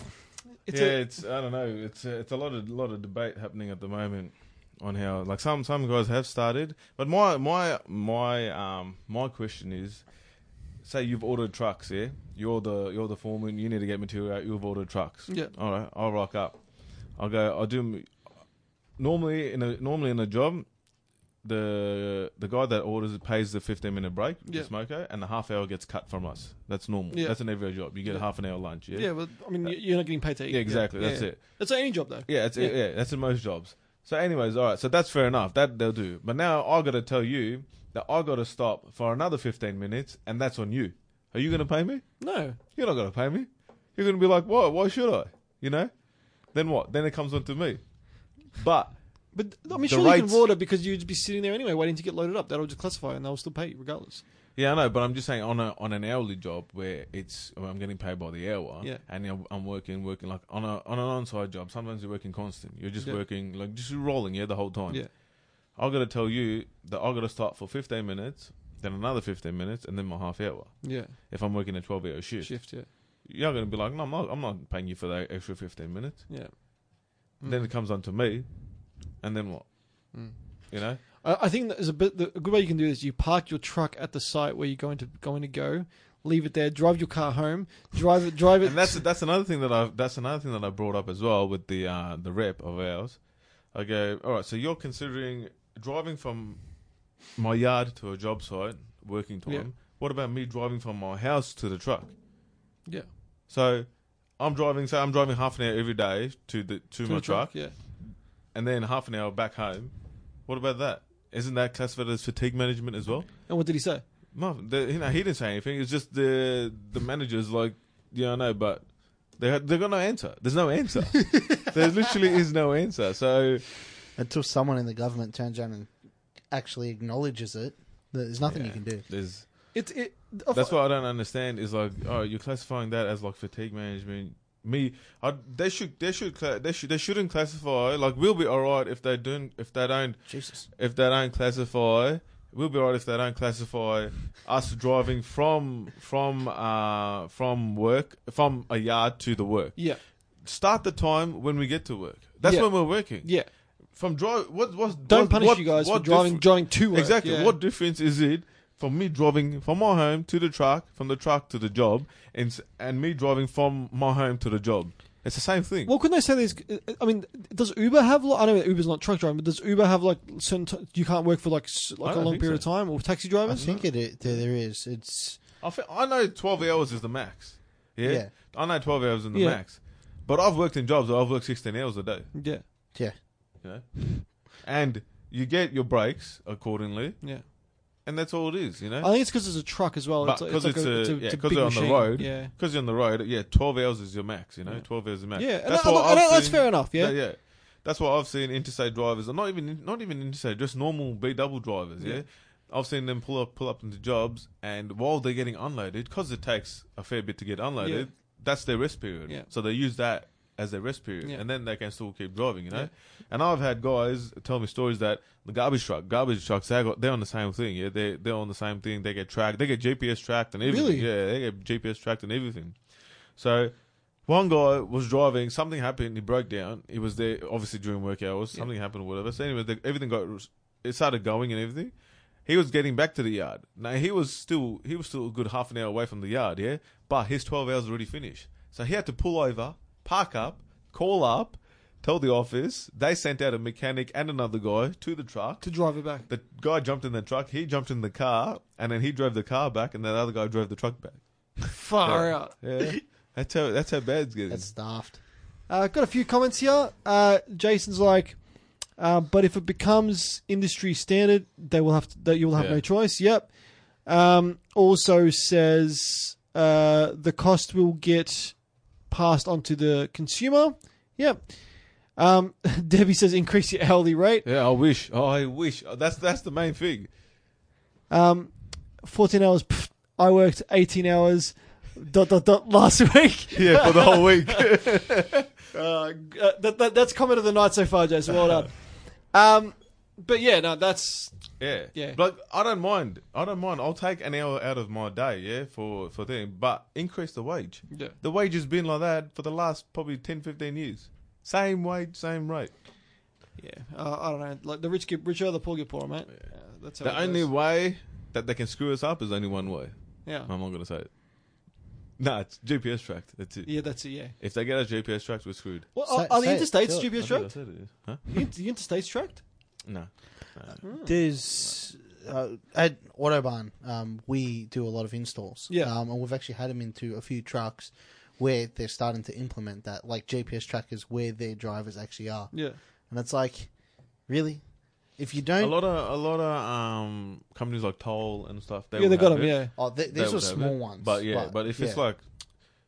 Speaker 1: it's
Speaker 4: yeah,
Speaker 1: a
Speaker 4: it's I don't know. It's a, it's a lot of lot of debate happening at the moment on how like some some guys have started, but my my my um my question is, say you've ordered trucks, yeah, you're the you're the foreman, you need to get material out, you've ordered trucks.
Speaker 1: Yeah.
Speaker 4: All right, I'll rock up. I'll go. I'll do. m- Normally in a normally in a job, the the guy that orders pays the fifteen minute break,
Speaker 1: Yeah.
Speaker 4: the smoker, and the half hour gets cut from us. That's normal.
Speaker 1: Yeah.
Speaker 4: That's an every job. You get
Speaker 1: Yeah.
Speaker 4: a half an hour lunch. Yeah. Uh,
Speaker 1: Yeah, but I mean, you- you're not getting paid to eat.
Speaker 4: Yeah, exactly. That's it.
Speaker 1: That's any job though.
Speaker 4: Yeah, it's,
Speaker 1: Yeah.
Speaker 4: yeah. that's in most jobs. So, anyways, all right. So that's fair enough. That they'll do. But now I got to tell you that I got to stop for another fifteen minutes, and that's on you. Are you
Speaker 1: Mm.
Speaker 4: going to pay me?
Speaker 1: No,
Speaker 4: You're not going to pay me. You're going to be like, why? Why should I? You know? Then what? Then it comes on to me. But
Speaker 1: but I mean,
Speaker 4: The
Speaker 1: surely you can
Speaker 4: rates-
Speaker 1: water because you'd be sitting there anyway, waiting to get loaded up. That'll just classify, and they'll still pay you regardless.
Speaker 4: yeah, I know. But I'm just saying on a on an hourly job where it's where I'm getting paid by the hour,
Speaker 1: Yeah.
Speaker 4: and I'm, I'm working working like on a on an on-site job. Sometimes you're working constant. You're just
Speaker 1: Yeah.
Speaker 4: working like just rolling, yeah, the whole time.
Speaker 1: Yeah,
Speaker 4: I gotta tell you that I gotta start for fifteen minutes, then another fifteen minutes, and then my half hour.
Speaker 1: yeah,
Speaker 4: If I'm working a twelve hour shift,
Speaker 1: shift. Yeah,
Speaker 4: you're gonna be like, no, I'm not, I'm not paying you for that extra fifteen minutes.
Speaker 1: yeah.
Speaker 4: Then it comes on to me, and then what?
Speaker 1: Mm.
Speaker 4: You know?
Speaker 1: I, I think there's a bit. The, a good way you can do this: you park your truck at the site where you're going to going to go, leave it there, drive your car home, drive it, drive it.
Speaker 4: And that's that's another thing that I that's another thing that I brought up as well with the uh, the rep of ours. I go, all right, so you're considering driving from my yard to a job site, working time.
Speaker 1: Yeah.
Speaker 4: What about me driving from my house to the truck?
Speaker 1: yeah,
Speaker 4: So I'm driving. So I'm driving half an hour every day to the to,
Speaker 1: To
Speaker 4: my
Speaker 1: the
Speaker 4: truck,
Speaker 1: Yeah,
Speaker 4: and then half an hour back home. What about that? Isn't that classified as fatigue management as well?
Speaker 1: and what did he say?
Speaker 4: No, the, you know, he didn't say anything. It's just the the managers like, yeah, I know, but
Speaker 2: They they got no answer. There's no answer. there literally is no answer. So
Speaker 3: Until someone in the government turns around and actually acknowledges it, there's nothing you
Speaker 2: Yeah.
Speaker 3: can do.
Speaker 2: there's
Speaker 1: It's it.
Speaker 2: that's what I don't understand is like oh you're classifying that as like fatigue management. Me, I, they should they should cla- they should they shouldn't classify like we'll be all right if they don't if they don't
Speaker 3: Jesus.
Speaker 2: if they don't classify we'll be right if they don't classify us driving from from uh from work from a yard to the work
Speaker 1: Yeah,
Speaker 2: start the time when we get to work that's
Speaker 1: Yeah.
Speaker 2: when we're working
Speaker 1: yeah.
Speaker 2: from drive what what
Speaker 1: Don't
Speaker 2: what-
Speaker 1: punish
Speaker 2: what-
Speaker 1: you guys
Speaker 2: what
Speaker 1: for driving
Speaker 2: differ-
Speaker 1: driving to work.
Speaker 2: exactly
Speaker 1: yeah.
Speaker 2: what difference is it from me driving from my home to the truck from the truck to the job and s- and me driving from my home to the job it's the same thing
Speaker 1: Well, couldn't they say these? I mean, does Uber have? Like, I know Uber's not truck driving, but does Uber have like certain? T- you can't work for like s- like a
Speaker 2: don't
Speaker 1: long
Speaker 2: think
Speaker 1: period
Speaker 2: so.
Speaker 1: of time, or taxi
Speaker 3: I
Speaker 1: drivers.
Speaker 3: think it, it there is. It's
Speaker 2: I, think, I know 12 hours is the max. Yeah?
Speaker 3: Yeah.
Speaker 2: I know 12 hours is the
Speaker 1: Yeah.
Speaker 2: max. But I've worked in jobs where I've worked 16 hours a day,
Speaker 1: Yeah,
Speaker 3: yeah.
Speaker 2: you know? And you get your breaks accordingly,
Speaker 1: yeah.
Speaker 2: and that's all it is, you
Speaker 1: I
Speaker 2: know?
Speaker 1: think it's because it's a truck as well.
Speaker 2: But
Speaker 1: It's, like-
Speaker 2: 'cause
Speaker 1: it's, like
Speaker 2: it's
Speaker 1: a,
Speaker 2: a-
Speaker 1: it's a,
Speaker 2: yeah,
Speaker 1: it's a
Speaker 2: 'cause
Speaker 1: big
Speaker 2: you're on the
Speaker 1: machine.
Speaker 2: road.
Speaker 1: Yeah,
Speaker 2: Because you're on the road, yeah, 12 hours is your max, you know?
Speaker 1: Yeah.
Speaker 2: 12 hours is the max.
Speaker 1: yeah. And
Speaker 2: That's
Speaker 1: I- I-
Speaker 2: what
Speaker 1: I-
Speaker 2: I've
Speaker 1: that's
Speaker 2: seen-
Speaker 1: fair enough. Yeah,
Speaker 2: Yeah. yeah. That's what I've seen interstate drivers, and not even not even interstate, just normal B double drivers. Yeah?
Speaker 1: Yeah.
Speaker 2: I've seen them pull up pull up into jobs, and while they're getting unloaded, because it takes a fair bit to get unloaded, that's their rest period.
Speaker 1: Yeah.
Speaker 2: So they use that as their rest period,
Speaker 1: Yeah.
Speaker 2: and then they can still keep driving. You know.
Speaker 1: Yeah.
Speaker 2: And I've had guys tell me stories that the garbage truck, garbage trucks, they got they're on the same thing. Yeah, they they're on the same thing. They get tracked, they get GPS tracked and
Speaker 1: Really?
Speaker 2: everything. Yeah, they get GPS tracked and everything. So one guy was driving, something happened, he broke down. He was there, obviously, during work hours,
Speaker 1: Yeah.
Speaker 2: something happened, or whatever. So, anyway, the, everything got, it started going and everything. He was getting back to the yard. Now, he was still, he was still a good half an hour away from the yard, yeah? But his 12 hours already finished. So, he had to pull over, park up, call up, tell the office. They sent out a mechanic and another guy to the truck.
Speaker 1: to drive it back.
Speaker 2: The guy jumped in the truck, he jumped in the car, and then he drove the car back, and that other guy drove the truck back.
Speaker 1: Far
Speaker 2: Yeah.
Speaker 1: out.
Speaker 2: Yeah. That's how, that's how bad it's getting.
Speaker 3: That's daft.
Speaker 1: Uh, got a few comments here. Uh, Jason's like, uh, but if it becomes industry standard, they will have to, that you will have
Speaker 2: Yeah.
Speaker 1: no choice. Yep. Um, also says uh, the cost will get passed onto the consumer. Yep. Um, Debbie says increase your hourly rate.
Speaker 2: Yeah, I wish. Oh, I wish. Oh, That's that's the main thing.
Speaker 1: Um, Fourteen hours. Pff, I worked eighteen hours. Dot dot dot. Last week.
Speaker 2: Yeah, for the whole week.
Speaker 1: Uh, uh, that, that, that's comment of the night so far, Jason. Well done. Um, but yeah, no, that's
Speaker 2: yeah,
Speaker 1: Yeah.
Speaker 2: But I don't mind. I don't mind. I'll take an hour out of my day. Yeah, for for them. But increase the wage.
Speaker 1: yeah.
Speaker 2: The wage has been like that for the last probably 10, 15 years. Same wage, same rate.
Speaker 1: Yeah, uh, I don't know. Like the rich get richer, the poor get poorer, mate. Uh, that's how
Speaker 2: the
Speaker 1: it
Speaker 2: only
Speaker 1: goes.
Speaker 2: way that they can screw us up is only one way.
Speaker 1: yeah,
Speaker 2: I'm not gonna say it. Nah, it's GPS tracked. That's it.
Speaker 1: yeah, that's it. Yeah.
Speaker 2: If they get us GPS tracked, we're screwed.
Speaker 1: Well, are,
Speaker 3: Say-
Speaker 1: are the
Speaker 3: say it,
Speaker 1: interstates
Speaker 3: do it.
Speaker 1: GPS
Speaker 2: I think I
Speaker 1: tracked?
Speaker 2: said it. Huh?
Speaker 1: The inter- the interstates tracked?
Speaker 2: No.
Speaker 3: There's uh, at Autobahn, um, we do a lot of installs.
Speaker 1: Yeah.
Speaker 3: Um, and we've actually had them into a few trucks where they're starting to implement that, like GPS trackers where their drivers actually are.
Speaker 1: Yeah.
Speaker 3: And it's like, really? If you
Speaker 2: A
Speaker 3: don't.
Speaker 2: lot of a lot of um companies like Toll and stuff. They
Speaker 1: yeah, they
Speaker 2: would
Speaker 1: got
Speaker 2: have
Speaker 1: them.
Speaker 2: it.
Speaker 1: Yeah.
Speaker 3: Oh, th-
Speaker 2: They
Speaker 3: these
Speaker 2: would
Speaker 3: were
Speaker 2: have
Speaker 3: small
Speaker 2: it.
Speaker 3: ones.
Speaker 2: But yeah, but, if it's
Speaker 3: yeah.
Speaker 2: like,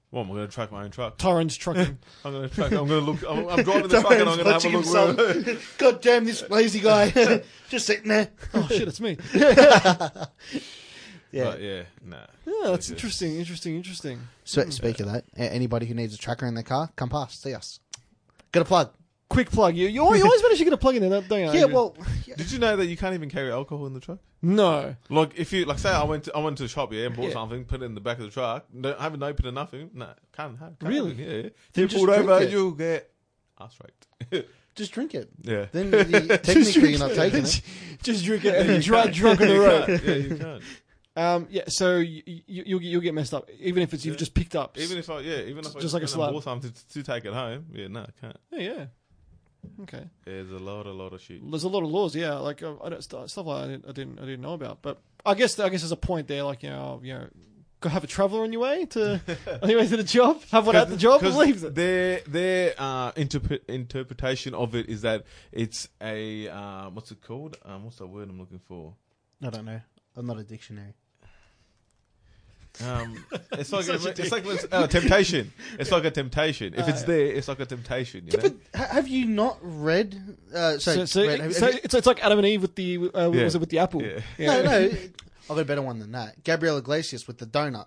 Speaker 2: well, I'm gonna track my own truck.
Speaker 1: Torrens trucking.
Speaker 2: I'm gonna track. I'm gonna look. I'm, I'm driving the truck and I'm gonna have a
Speaker 3: Touching
Speaker 2: look. Where,
Speaker 3: himself. God damn this lazy guy. Just sitting there.
Speaker 1: oh shit, it's me.
Speaker 3: Yeah.
Speaker 2: But yeah, nah.
Speaker 1: Yeah, that's
Speaker 2: Okay.
Speaker 1: interesting. Interesting. Interesting.
Speaker 3: So, speak of that, a- anybody who needs a tracker in their car, come past, see us. Got a plug.
Speaker 1: Quick plug. You you always, you always manage to get a plug in there, don't you?
Speaker 3: Yeah, well,
Speaker 2: Did you know that you can't even carry alcohol in the truck?
Speaker 1: No.
Speaker 2: Like if you like, say I went to I went to a shop yeah and bought
Speaker 1: Yeah.
Speaker 2: something, put it in the back of the truck. No, haven't opened it, nothing. No, can't have. Can't
Speaker 1: Really?
Speaker 2: have it, yeah.
Speaker 3: Then
Speaker 2: you
Speaker 3: just
Speaker 2: pulled
Speaker 3: drink
Speaker 2: over,
Speaker 3: it.
Speaker 2: you'll get ass raped.
Speaker 3: just drink it.
Speaker 2: Yeah.
Speaker 3: Then you- technically you're not taking it.
Speaker 1: Just drink it and then drive drunk on the road.
Speaker 2: Yeah, you can't.
Speaker 1: Um, yeah, so you, you, you'll, get- you'll get messed up, even if it's you've
Speaker 2: Yeah.
Speaker 1: just picked up.
Speaker 2: Even if I yeah, even if I
Speaker 1: Just like a
Speaker 2: went and
Speaker 1: slab.
Speaker 2: bought something to, to take it home. Yeah, no, I can't.
Speaker 1: yeah, yeah.
Speaker 2: Hmm.
Speaker 1: Okay.
Speaker 2: There's a lot, a lot of shit.
Speaker 1: there's a lot of laws, yeah, like uh, I don't, st- stuff like I didn't, I didn't, I didn't know about. But I guess, I guess there's a point there, like you know, you know, go have a traveler on your way to on your way to the job, have one at the job, and
Speaker 2: Because
Speaker 1: leave. It.
Speaker 2: Their their uh, interp- interpretation of it is that it's a um, what's it called? Um, what's the word I'm looking for?
Speaker 3: I don't know. I'm not a dictionary.
Speaker 2: Um, it's like
Speaker 1: Such a
Speaker 2: it's like it's- oh, temptation. It's like a temptation. If
Speaker 1: Ah,
Speaker 2: it's
Speaker 1: yeah.
Speaker 2: there, it's like a temptation. You know?
Speaker 3: But ha- have you not read? Uh,
Speaker 1: So,
Speaker 3: so,
Speaker 1: so,
Speaker 3: read- have-
Speaker 1: so
Speaker 3: have you-
Speaker 1: it's, it's like Adam and Eve with the uh, what
Speaker 2: Yeah.
Speaker 1: was it with the apple?
Speaker 2: Yeah.
Speaker 1: Yeah.
Speaker 3: no, no. I've got a better one than that. Gabriel Iglesias with the donut.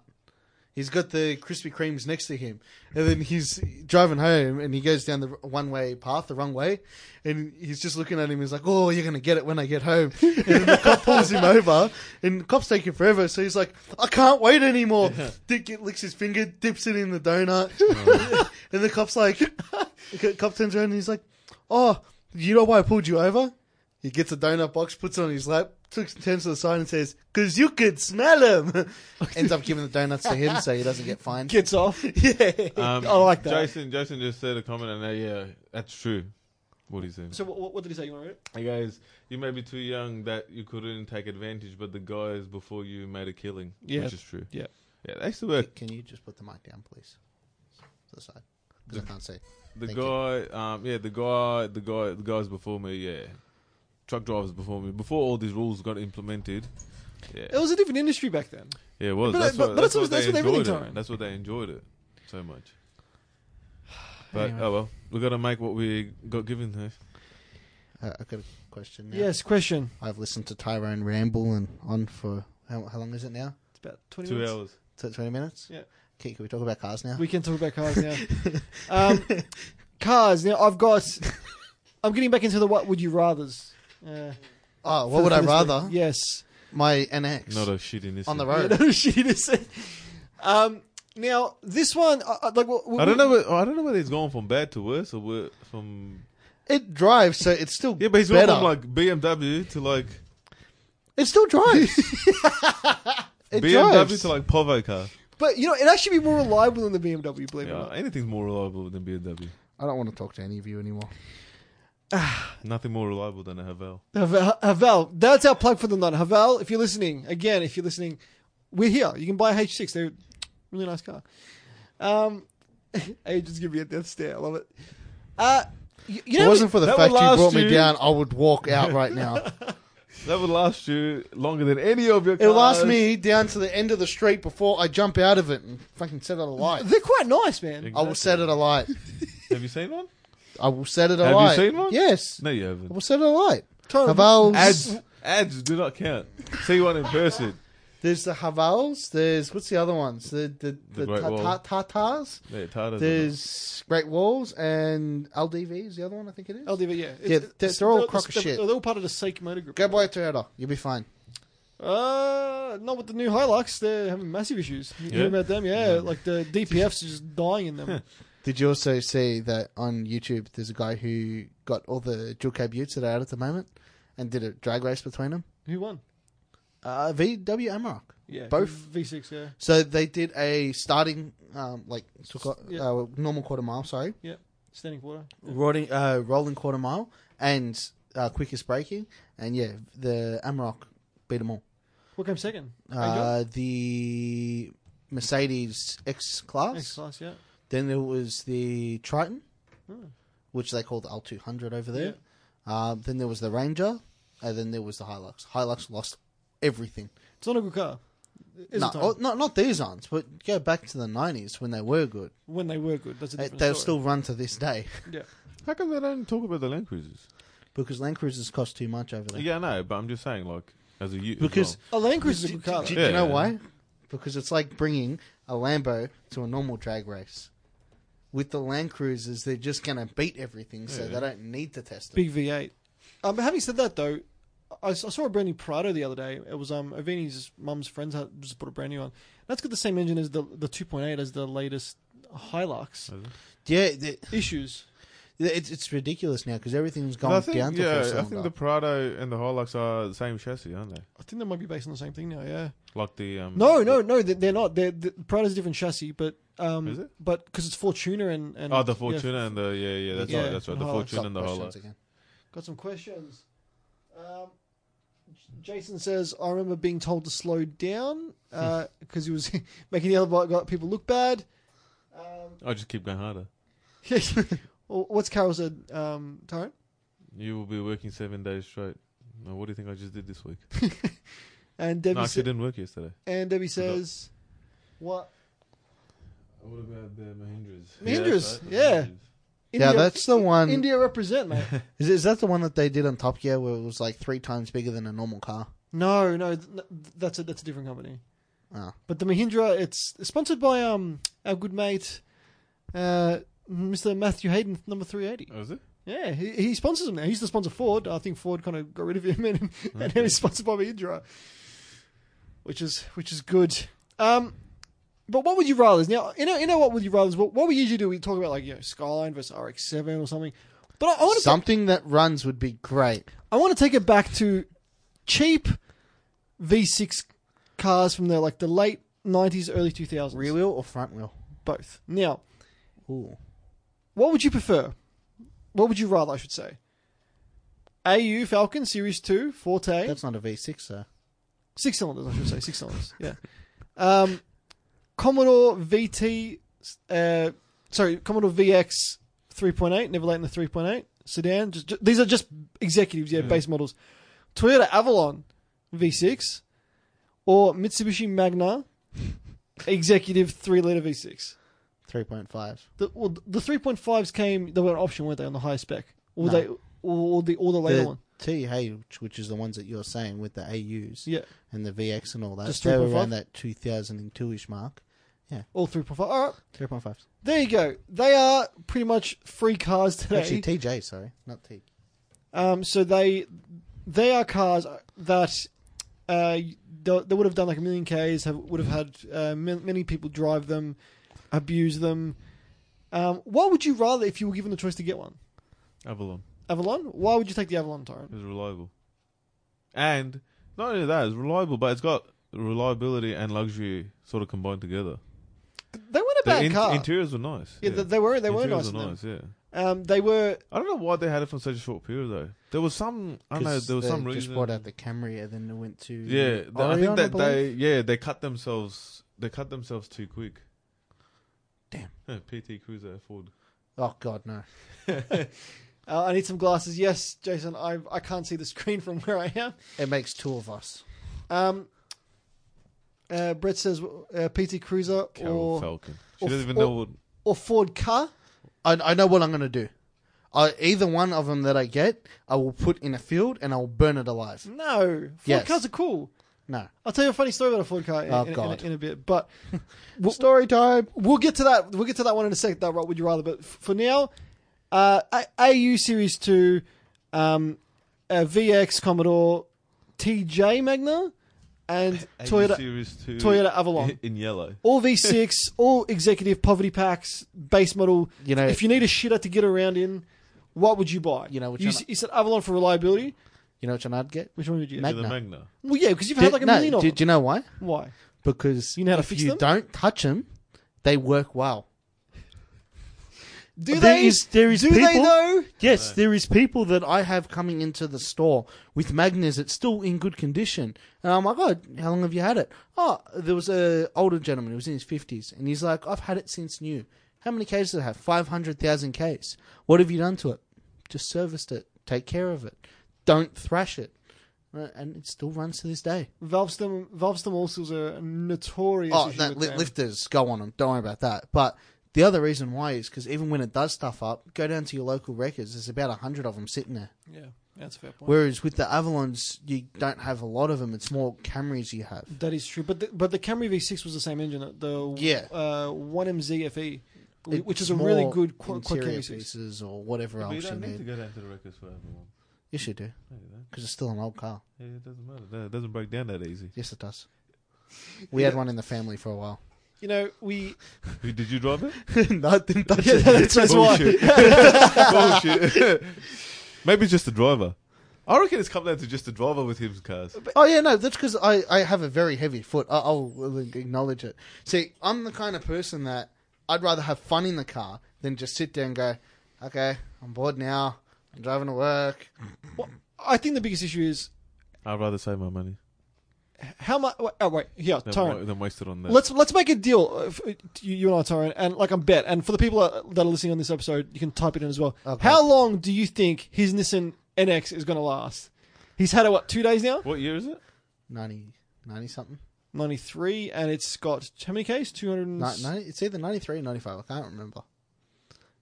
Speaker 3: He's got the Krispy Kremes next to him, and then he's driving home, and he goes down the one way path, the wrong way, and he's just looking at him. He's like, "Oh, you're gonna get it when I get home." And then the cop pulls him over, and the cops take him forever. So he's like, "I can't wait anymore." Dick get- licks his finger, dips it in the donut, and the cop's like, the cop turns around and he's like, "Oh, you know why I pulled you over?" He gets a donut box, puts it on his lap, took, turns to the side and says, "Cause you could smell him." Ends up giving the donuts to him so he doesn't get fined.
Speaker 1: Gets off.
Speaker 3: yeah.
Speaker 2: Um,
Speaker 1: I like that.
Speaker 2: Jason, Jason just said a comment, and uh, yeah, that's true. What he said.
Speaker 1: So what, what did he say? You want to read? it?
Speaker 2: Hey guys, you may be too young that you couldn't take advantage, but the guys before you made a killing,
Speaker 1: Yeah.
Speaker 2: which is true.
Speaker 1: Yeah.
Speaker 2: yeah, they used to work.
Speaker 3: Can you just put the mic down, please? To the side, because I can't see.
Speaker 2: The
Speaker 3: Thank
Speaker 2: guy, um, yeah, the guy, the guy, the guys before me, yeah, truck drivers before me, before all these rules got implemented. Yeah,
Speaker 1: It was a different industry back then.
Speaker 2: yeah, it was.
Speaker 1: but-
Speaker 2: that's
Speaker 1: but-
Speaker 2: what,
Speaker 1: but that's
Speaker 2: that's, what
Speaker 1: what-
Speaker 2: they
Speaker 1: that's what everything
Speaker 2: enjoyed it.
Speaker 1: time.
Speaker 2: That's what they enjoyed it so much. But
Speaker 1: Anyway.
Speaker 2: oh well, we got to make what we got given. Though.
Speaker 3: Uh, I've got a question. Now.
Speaker 1: Yes. Question.
Speaker 3: I've listened to Tyrone ramble and on for how, how long is it now?
Speaker 1: It's about twenty
Speaker 2: Two
Speaker 1: minutes.
Speaker 2: hours.
Speaker 3: T- Twenty minutes.
Speaker 1: Yeah.
Speaker 3: Okay, can we talk about cars now?
Speaker 1: We can talk about cars now. um, cars. Now I've got. I'm getting back into the what would you rather's. Uh,
Speaker 3: oh,
Speaker 1: for-
Speaker 3: what would I
Speaker 1: for this week.
Speaker 3: rather?
Speaker 1: Yes.
Speaker 3: My NX
Speaker 2: Not a shit in this.
Speaker 3: on the
Speaker 2: thing.
Speaker 3: road.
Speaker 1: Yeah, no, she just said. Um, now this one, I, I- like, well,
Speaker 2: I don't know. Where, I don't know whether he's gone from bad to worse or where, from
Speaker 3: It drives, so it's still
Speaker 2: yeah, but he's gone
Speaker 3: better.
Speaker 2: from like BMW to like
Speaker 3: it still drives. it
Speaker 2: BMW
Speaker 3: drives.
Speaker 2: to like Povo car.
Speaker 1: But you know, it'd actually be more reliable than the BMW. Believe it or
Speaker 2: Yeah,
Speaker 1: not.
Speaker 2: anything's more reliable than BMW.
Speaker 3: I don't want to talk to any of you anymore.
Speaker 2: Nothing more reliable than a Havel.
Speaker 1: Havel, Havel, that's our plug for the night. Havel, if you're listening, again, if you're listening, we're here. You can buy a H6. They're a really nice car. Um, hey, just give me a death stare. I love it. Uh, you, you
Speaker 3: If it
Speaker 1: know,
Speaker 3: wasn't for the
Speaker 2: that
Speaker 3: fact you
Speaker 2: would last
Speaker 3: brought me
Speaker 2: you-
Speaker 3: down, I would walk out right now.
Speaker 2: That would last you longer than any of your.
Speaker 3: It'll last
Speaker 2: cars.
Speaker 3: me down to the end of the street before I jump out of it and fucking set it alight.
Speaker 1: they're quite nice, man.
Speaker 3: I will set it alight.
Speaker 2: Have you seen one?
Speaker 3: I will set it
Speaker 2: Have you
Speaker 3: alight.
Speaker 2: seen one?
Speaker 3: Yes.
Speaker 2: No, you
Speaker 3: I
Speaker 2: haven't.
Speaker 3: will set it alight.
Speaker 1: Totally.
Speaker 3: Havals.
Speaker 2: Ads, ads do not count. See one in person.
Speaker 3: There's the Havals. There's, what's the other ones? The, the, the,
Speaker 2: Great
Speaker 3: ta-
Speaker 2: Wall.
Speaker 3: ta- Tatars.
Speaker 2: Yeah, Tata's
Speaker 3: There's Great Walls and LDV is the other one, I think it is.
Speaker 1: LDV, yeah. It's-
Speaker 3: Yeah,
Speaker 1: it's-
Speaker 3: they're- they're all crock of
Speaker 1: they're,
Speaker 3: shit.
Speaker 1: They're all part of the Seik Motor Group.
Speaker 3: Go buy a Toyota. You'll be fine.
Speaker 1: Uh, not with the new Hilux. They're having massive issues. You hear
Speaker 2: Yeah.
Speaker 1: about them? Yeah, like the DPFs are just dying in them.
Speaker 3: Did you also see that on YouTube? There's a guy who got all the dual cab utes that are out at the moment, and did a drag race between them.
Speaker 1: Who won?
Speaker 3: Uh, VW Amarok.
Speaker 1: Yeah,
Speaker 3: Both.
Speaker 1: V6. Yeah,
Speaker 3: So they did a starting um, like so got,
Speaker 1: Yeah.
Speaker 3: uh, normal quarter mile, sorry,
Speaker 1: standing quarter.
Speaker 3: rolling, uh, rolling quarter mile, and uh, quickest braking, and yeah, the Amarok beat them all.
Speaker 1: What came second?
Speaker 3: Uh, the Mercedes X
Speaker 1: Next
Speaker 3: class.
Speaker 1: class, yeah.
Speaker 3: Then there was the Triton,
Speaker 1: Hmm.
Speaker 3: which they call the L two hundred over there. Um, then there was the Ranger, and then there was the Hilux. Hilux lost everything.
Speaker 1: It's not a good car. It's
Speaker 3: No,
Speaker 1: a time.
Speaker 3: oh, not not these ones, but go back to the nineties when they were good.
Speaker 1: when they were good, that's a
Speaker 3: They,
Speaker 1: different
Speaker 3: they'll
Speaker 1: story.
Speaker 3: still run to this day
Speaker 2: How come they don't talk about the Land Cruisers?
Speaker 3: because Land Cruisers cost too much over there.
Speaker 2: Yeah, I know, but I'm just saying, like, as a youth.
Speaker 3: Because-
Speaker 1: A Oh, Land Cruiser is a good car.
Speaker 3: Do,
Speaker 1: though.
Speaker 3: do you know
Speaker 2: Yeah.
Speaker 3: why? Because it's like bringing a Lambo to a normal drag race. With the Land Cruisers, they're just going to beat everything, so
Speaker 2: Yeah.
Speaker 3: they don't need to test it.
Speaker 1: Big V8. Um, having said that, though, I, I saw a brand new Prado the other day. It was um, Avini's mum's friend's house, just bought a brand new one. That's got the same engine as the the 2.8 as the latest Hilux.
Speaker 3: Yeah, the-
Speaker 1: Issues.
Speaker 3: the- it's, it's ridiculous now because everything's
Speaker 2: I
Speaker 3: gone
Speaker 2: think,
Speaker 3: down to
Speaker 2: yeah,
Speaker 3: yeah,
Speaker 2: I think the Prado and the Hilux are the same chassis, aren't they?
Speaker 1: I think they might be based on the same thing now. Yeah.
Speaker 2: Like the um,
Speaker 1: No, no, no. they- They're not. They're, the Prado's a different chassis, but um,
Speaker 2: Is it?
Speaker 1: but because it's Fortuner and, and
Speaker 2: Oh, the
Speaker 1: yeah,
Speaker 2: Fortuna and the yeah, yeah, that's
Speaker 1: Yeah,
Speaker 2: right, that's right. The
Speaker 1: and Hilux.
Speaker 2: Fortuna and the Hilux.
Speaker 1: Got some questions. Um, J- Jason says, I remember being told to slow down because
Speaker 3: Hmm.
Speaker 1: he was making the other bike got people look bad. Um,
Speaker 2: I just keep going harder.
Speaker 1: well, what's Carol said, um, Tyrone?
Speaker 2: You will be working seven days straight. Now, what do you think I just did this week?
Speaker 1: And Debbie,
Speaker 2: no, I
Speaker 1: sa-
Speaker 2: actually didn't work yesterday.
Speaker 1: and Debbie says, What?
Speaker 4: What about the Mahindras?
Speaker 1: Mahindras, yeah.
Speaker 3: yeah, that's the one.
Speaker 1: India represent, mate.
Speaker 3: Is, is that the one that they did on Top Gear where it was like three times bigger than a normal car?
Speaker 1: no, no, th- th- that's a that's a different company.
Speaker 3: Ah.
Speaker 1: But the Mahindra, it's sponsored by um our good mate, uh, Mr. Matthew Hayden, number three eighty.
Speaker 4: Oh, is it?
Speaker 1: Yeah, he, he sponsors them now. He used to sponsor Ford. I think Ford kind of got rid of him, and, and now he's sponsored by Mahindra, which is which is good. Um, but what would you rather? Now, you know, you know what would you rather? What, what we usually do, we talk about like you know Skyline versus RX-7 or something. But I, I want to
Speaker 3: Something that runs would be great.
Speaker 1: I want to take it back to cheap V6 cars from the like the late 90s, early 2000s.
Speaker 3: Rear wheel or front wheel?
Speaker 1: Both. Now,
Speaker 3: Ooh.
Speaker 1: what would you prefer? What would you rather, I should say? AU Falcon Series 2 Forte.
Speaker 3: That's not a V6, sir.
Speaker 1: six cylinders, I should say. Six cylinders. Yeah. Um, Commodore VT, uh, sorry, Commodore VX 3.8, never late in the 3.8 sedan. Just, ju- these are just executives, yeah, base models. Toyota Avalon V6 or Mitsubishi Magna executive three liter V6.
Speaker 3: 3.5.
Speaker 1: The, well, the 3.5s came, they were an option, weren't they, on the higher spec? Or
Speaker 3: No.
Speaker 1: they, or the, or the later
Speaker 3: The
Speaker 1: one.
Speaker 3: TH, which is the ones that you're saying with the AUs
Speaker 1: Yeah,
Speaker 3: and the VX and all that,
Speaker 1: Just
Speaker 3: they were
Speaker 1: 3.5?
Speaker 3: around that 2002 ish mark.
Speaker 1: all 3.5. All right,
Speaker 3: 3.5.
Speaker 1: there you go. They are pretty much free cars today.
Speaker 3: Actually, TJ, sorry. Not T.
Speaker 1: Um, so they they are cars that uh, they, they would have done like a million Ks, have, would have had uh, ma- many people drive them, abuse them. Um, what would you rather if you were given the choice to get one?
Speaker 2: Avalon
Speaker 1: Avalon? Why would you take the Avalon, Tyrant?
Speaker 2: is reliable, and not only that, it's reliable, but it's got reliability and luxury sort of combined together.
Speaker 1: They weren't a
Speaker 2: The
Speaker 1: bad
Speaker 2: in-
Speaker 1: car.
Speaker 2: interiors were nice.
Speaker 1: yeah, They, they were they were nice.
Speaker 2: Interiors
Speaker 1: in them.
Speaker 2: Yeah,
Speaker 1: Um, they were
Speaker 2: I don't know why they had it for such a short period though. There was some. I know
Speaker 3: 'Cause
Speaker 2: there was
Speaker 3: they
Speaker 2: some
Speaker 3: just
Speaker 2: reason.
Speaker 3: brought out the Camry and then it went to.
Speaker 2: yeah, th- I
Speaker 3: Orion,
Speaker 2: think that they
Speaker 3: believe?
Speaker 2: yeah they cut themselves they cut themselves too quick.
Speaker 3: Damn.
Speaker 2: Yeah, PT Cruiser Ford.
Speaker 3: Oh, God, no.
Speaker 1: uh, I need some glasses. Yes, Jason, I I can't see the screen from where I am.
Speaker 3: It makes two of us.
Speaker 1: Um, uh, Brett says uh, PT Cruiser
Speaker 2: Carol
Speaker 1: or
Speaker 2: Falcon. She
Speaker 1: or
Speaker 2: doesn't
Speaker 1: f-
Speaker 2: even know what.
Speaker 1: or Ford car.
Speaker 3: I, I know what I'm going to do. I, either one of them that I get, I will put in a field and I will burn it alive.
Speaker 1: No, Ford
Speaker 3: Yes.
Speaker 1: cars are cool.
Speaker 3: No.
Speaker 1: I'll tell you a funny story about a Ford car in,
Speaker 3: Oh,
Speaker 1: in- in-
Speaker 3: God.
Speaker 1: in a bit, but
Speaker 3: Story time.
Speaker 1: we'll get to that. We'll get to that one in a sec. That right? Would you rather? But f- for now, uh, A- AU Series Two, um, uh, VX Commodore, TJ Magna, and
Speaker 2: AU
Speaker 1: Toyota
Speaker 2: Series 2
Speaker 1: Toyota Avalon.
Speaker 2: in yellow.
Speaker 1: All V6, all executive poverty packs, base model.
Speaker 3: You know-
Speaker 1: if you need a shitter to get around in, what would you buy?
Speaker 3: You know which
Speaker 1: you,
Speaker 3: one
Speaker 1: s- you said Avalon for reliability.
Speaker 3: You know which one I'd get?
Speaker 1: Which one would you?
Speaker 3: Mag-
Speaker 1: get?
Speaker 2: Yeah,
Speaker 3: Magna.
Speaker 2: the Magna.
Speaker 1: Well, yeah, because you've had like a
Speaker 3: no,
Speaker 1: million of
Speaker 3: do,
Speaker 1: them.
Speaker 3: do you know why?
Speaker 1: Why?
Speaker 3: Because
Speaker 1: You know how to
Speaker 3: if
Speaker 1: fix
Speaker 3: you
Speaker 1: them?
Speaker 3: don't touch them, they work well.
Speaker 1: Do
Speaker 3: There
Speaker 1: they?
Speaker 3: is- there is
Speaker 1: do they
Speaker 3: people-
Speaker 1: though?
Speaker 3: Yes, there is people that I have coming into the store with Magnas that's still in good condition, and I'm like, oh, how long have you had it? Oh, there was a older gentleman who was in his fifties, and he's like, I've had it since new. How many Ks did it have? Five hundred thousand Ks. What have you done to it? Just serviced it. Take care of it. Don't thrash it. Uh, And it still runs to this day.
Speaker 1: Valvestem Valvestem Allseals are a notorious.
Speaker 3: Oh,
Speaker 1: issue
Speaker 3: no,
Speaker 1: with
Speaker 3: li-
Speaker 1: them.
Speaker 3: lifters go on them. Don't worry about that. But the other reason why is because even when it does stuff up, go down to your local records. There's about a hundred of them sitting there.
Speaker 1: Yeah, that's a fair point.
Speaker 3: Whereas with the Avalons, you don't have a lot of them. It's more Camrys you have.
Speaker 1: that is true, but the, but the Camry V6 was the same engine, the- the
Speaker 3: Yeah.
Speaker 1: uh, 1MZFE, wh- E, which is
Speaker 3: It's
Speaker 1: a really
Speaker 3: more
Speaker 1: good qu- quad Camry
Speaker 3: interior
Speaker 1: V6.
Speaker 3: pieces or whatever
Speaker 2: But you
Speaker 3: else you
Speaker 2: don't need to
Speaker 3: need.
Speaker 2: go down to the records for having one.
Speaker 3: You should do
Speaker 2: No, you don't.
Speaker 3: because it's still an old car.
Speaker 2: Yeah, It doesn't matter. No, It doesn't break down that easy.
Speaker 3: Yes, it does. We had one in the family for a while.
Speaker 1: You know, we
Speaker 2: Who- Did you drive it?
Speaker 3: no, I didn't touch
Speaker 1: yeah,
Speaker 3: it.
Speaker 1: that's, that's why.
Speaker 2: Bullshit. Bullshit. Maybe it's just the driver. I reckon it's come down to just the driver with his cars.
Speaker 3: Oh yeah, no, that's because I, I have a very heavy foot. I, I'll will acknowledge it. See, I'm the kind of person that I'd rather have fun in the car than just sit there and go, okay, I'm bored now. I'm driving to work.
Speaker 1: I think the biggest issue is
Speaker 2: I'd rather save my money
Speaker 1: how much. Oh wait, yeah,
Speaker 2: than,
Speaker 1: Tyrant.
Speaker 2: wa- than waste it on that.
Speaker 1: Let's let's make a deal, uh, f- you, you and I, Tyrone, and like I'm bet. And for the people that that are listening on this episode, you can type it in as well.
Speaker 3: Okay.
Speaker 1: How long do you think his Nissan NX is going to last? He's had it what two days now?
Speaker 2: what year is it?
Speaker 3: 90, 90 something.
Speaker 1: 93, and it's got how many Ks? 200
Speaker 3: Ni- ni- it's either 93 or 95. I can't remember.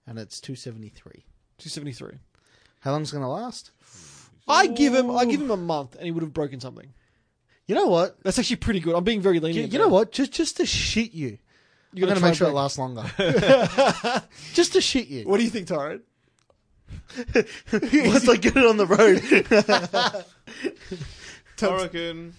Speaker 3: And it's 273.
Speaker 1: 273.
Speaker 3: How long's it going to last?
Speaker 1: I give him I give him a month, and he would have broken something.
Speaker 3: You know what?
Speaker 1: That's actually pretty good. I'm being very
Speaker 3: You,
Speaker 1: lenient.
Speaker 3: you know what? Just just to shit you.
Speaker 1: You're
Speaker 3: I'm going to make sure it lasts longer. just to shit you.
Speaker 1: What do you think, Tyrone?
Speaker 3: Once I get it on the road.
Speaker 4: I reckon.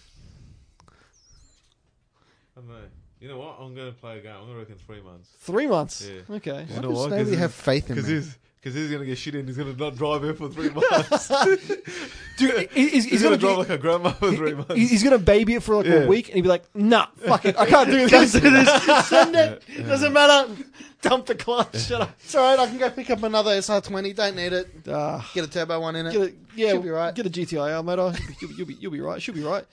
Speaker 4: I don't know. You know what? I'm gonna play a game. I'm gonna reckon three months.
Speaker 1: Three months.
Speaker 4: Yeah.
Speaker 1: Okay.
Speaker 3: Why does nobody have faith in
Speaker 4: Because
Speaker 3: me?
Speaker 4: he's because he's gonna get shit in. He's gonna not drive here for three months.
Speaker 1: Dude, he's, he's,
Speaker 4: he's
Speaker 1: gonna,
Speaker 4: gonna drive like a grandma for three
Speaker 1: he-
Speaker 4: months.
Speaker 1: he- he's gonna baby it for like
Speaker 4: Yeah.
Speaker 1: a week, and he'd be like, "Nah, fuck it, I can't do this. Send it. Doesn't matter. Dump the clutch. Shut up.
Speaker 3: It's alright, I can go pick up another SR20. Don't need it.
Speaker 1: Ah.
Speaker 3: Get a turbo one in it.
Speaker 1: Get a, yeah,
Speaker 3: She'll be right.
Speaker 1: Get a GTIR, mate. I'll- You'll be, you'll be, you'll be right. She'll be right.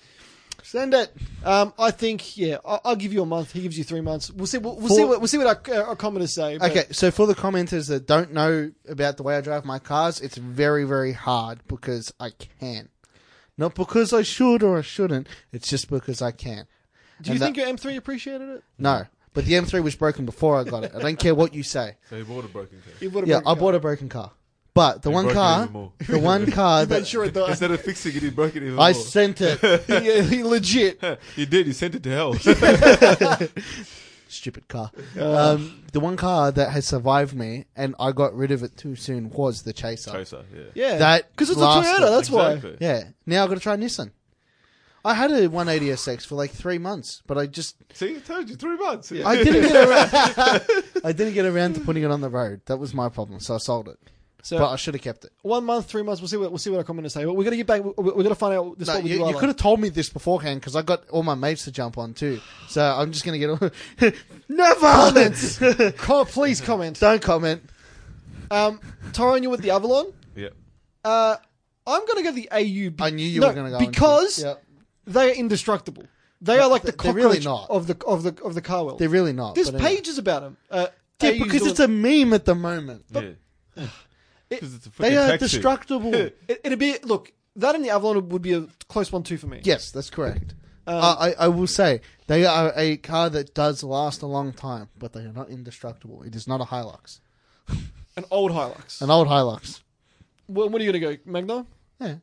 Speaker 3: Send it.
Speaker 1: Um, I think, yeah, I'll, I'll give you a month. He gives you three months. We'll see. We'll, we'll
Speaker 3: Four-
Speaker 1: see what we'll see what our, our commenters say. but-
Speaker 3: Okay, so for the commenters that don't know about the way I drive my cars, it's very, very hard because I can. Not because I should or I shouldn't, it's just because I can.
Speaker 1: Do you
Speaker 3: and
Speaker 1: think your M3 appreciated it?
Speaker 3: No. But the M3 was broken before I got it. I don't care what you say.
Speaker 4: so he bought a broken car.
Speaker 1: You would've
Speaker 3: Yeah,
Speaker 1: broken
Speaker 3: I
Speaker 1: it.
Speaker 3: bought a broken car. But the
Speaker 4: He
Speaker 3: one
Speaker 4: broke it
Speaker 3: car,
Speaker 4: even more.
Speaker 3: the one car
Speaker 1: Made
Speaker 3: that
Speaker 1: sure it died.
Speaker 4: Instead of fixing it, he broke it even more.
Speaker 3: I sent it.
Speaker 1: yeah, he legit.
Speaker 4: He did. He sent it to hell.
Speaker 3: Stupid car. Um, the one car that has survived me and I got rid of it too soon was the Chaser.
Speaker 4: Chaser. Yeah.
Speaker 1: Yeah,
Speaker 3: That
Speaker 1: because it's a
Speaker 3: last
Speaker 1: Toyota.
Speaker 3: one.
Speaker 1: That's why.
Speaker 4: Exactly.
Speaker 3: Yeah. Now I've got to try Nissan. I had a 180SX for like three months, but I just
Speaker 4: See, I told you three months.
Speaker 3: I didn't get around. I didn't get around to putting it on the road. That was my problem. So I sold it,
Speaker 1: So
Speaker 3: but I should have kept it.
Speaker 1: one month, three months. We'll see. What, we'll see what our commenters say. But we're gonna get back. we- we- We're, gonna find out. This
Speaker 3: No,
Speaker 1: what we
Speaker 3: you,
Speaker 1: do
Speaker 3: you could have told me this beforehand because I got all my mates to jump on too. So I'm just gonna get all never comments.
Speaker 1: have. Com- please comment.
Speaker 3: Don't comment.
Speaker 1: Um, Tyrone, you're with the Avalon.
Speaker 4: Yeah.
Speaker 1: Uh, I'm gonna go the AUB.
Speaker 3: I knew you
Speaker 1: No,
Speaker 3: were gonna go into it.
Speaker 1: because
Speaker 3: Yep.
Speaker 1: they are indestructible. They
Speaker 3: No,
Speaker 1: are like the
Speaker 3: they're
Speaker 1: cockroach
Speaker 3: really not.
Speaker 1: of the of the of the car world.
Speaker 3: they're really not.
Speaker 1: There's
Speaker 3: but anyway.
Speaker 1: pages about them. Uh,
Speaker 3: Yeah,
Speaker 1: AU's
Speaker 3: because
Speaker 1: doing-
Speaker 3: it's a meme at the moment.
Speaker 4: Yeah.
Speaker 1: It-
Speaker 4: 'Cause it's a
Speaker 3: They
Speaker 4: freaking
Speaker 3: are
Speaker 4: taxi.
Speaker 3: destructible.
Speaker 1: It, it'd be look that and the Avalon would be a close one too for me.
Speaker 3: yes, that's correct.
Speaker 1: Um,
Speaker 3: I, Uh, I I will say they are a car that does last a long time, but they are not indestructible. It is not a Hilux,
Speaker 1: an old Hilux.
Speaker 3: an old Hilux.
Speaker 1: Wh- what are you gonna go, Magna?
Speaker 3: Yeah,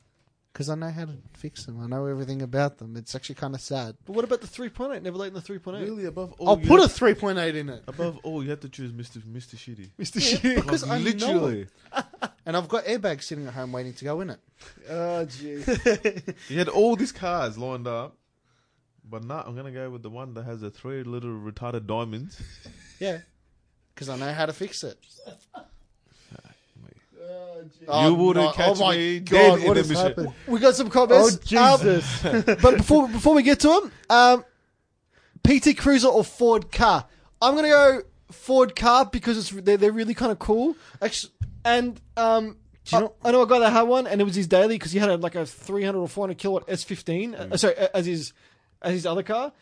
Speaker 3: because I know how to fix them. I know everything about them. It's actually kind of sad.
Speaker 1: But what about the 3.8? Never late in the 3.8.
Speaker 4: Really, above all,
Speaker 3: I'll
Speaker 4: you
Speaker 3: put a
Speaker 4: have-
Speaker 3: 3.8 in it.
Speaker 4: above all. You have to choose Mister Mister Shitty.
Speaker 1: Mr. Shit.
Speaker 3: Because I
Speaker 4: literally,
Speaker 3: literally. And I've got airbags sitting at home waiting to go in it.
Speaker 1: Oh, jeez.
Speaker 4: you had all these cars lined up, but nah, I'm gonna go with the one that has the three little retarded diamonds.
Speaker 3: Yeah. Because I know how to fix it.
Speaker 4: you wouldn't
Speaker 3: no.
Speaker 4: catch
Speaker 3: oh my
Speaker 4: me dead
Speaker 3: God,
Speaker 4: in
Speaker 3: what
Speaker 4: the
Speaker 3: has
Speaker 4: mission.
Speaker 3: happened?
Speaker 1: we got some
Speaker 3: Oh,
Speaker 1: comments. Um,
Speaker 3: Jesus.
Speaker 1: but before before we get to them, um, PT Cruiser or Ford car? I'm gonna go Ford car because it's they're, they're really kind of cool.
Speaker 3: actually,
Speaker 1: And um,
Speaker 3: Do you
Speaker 1: I-
Speaker 3: know-
Speaker 1: I, know a guy that had one, and it was his daily because he had a, like a 300 or 400 kilowatt S15. Uh, sorry, a- as his as his other car.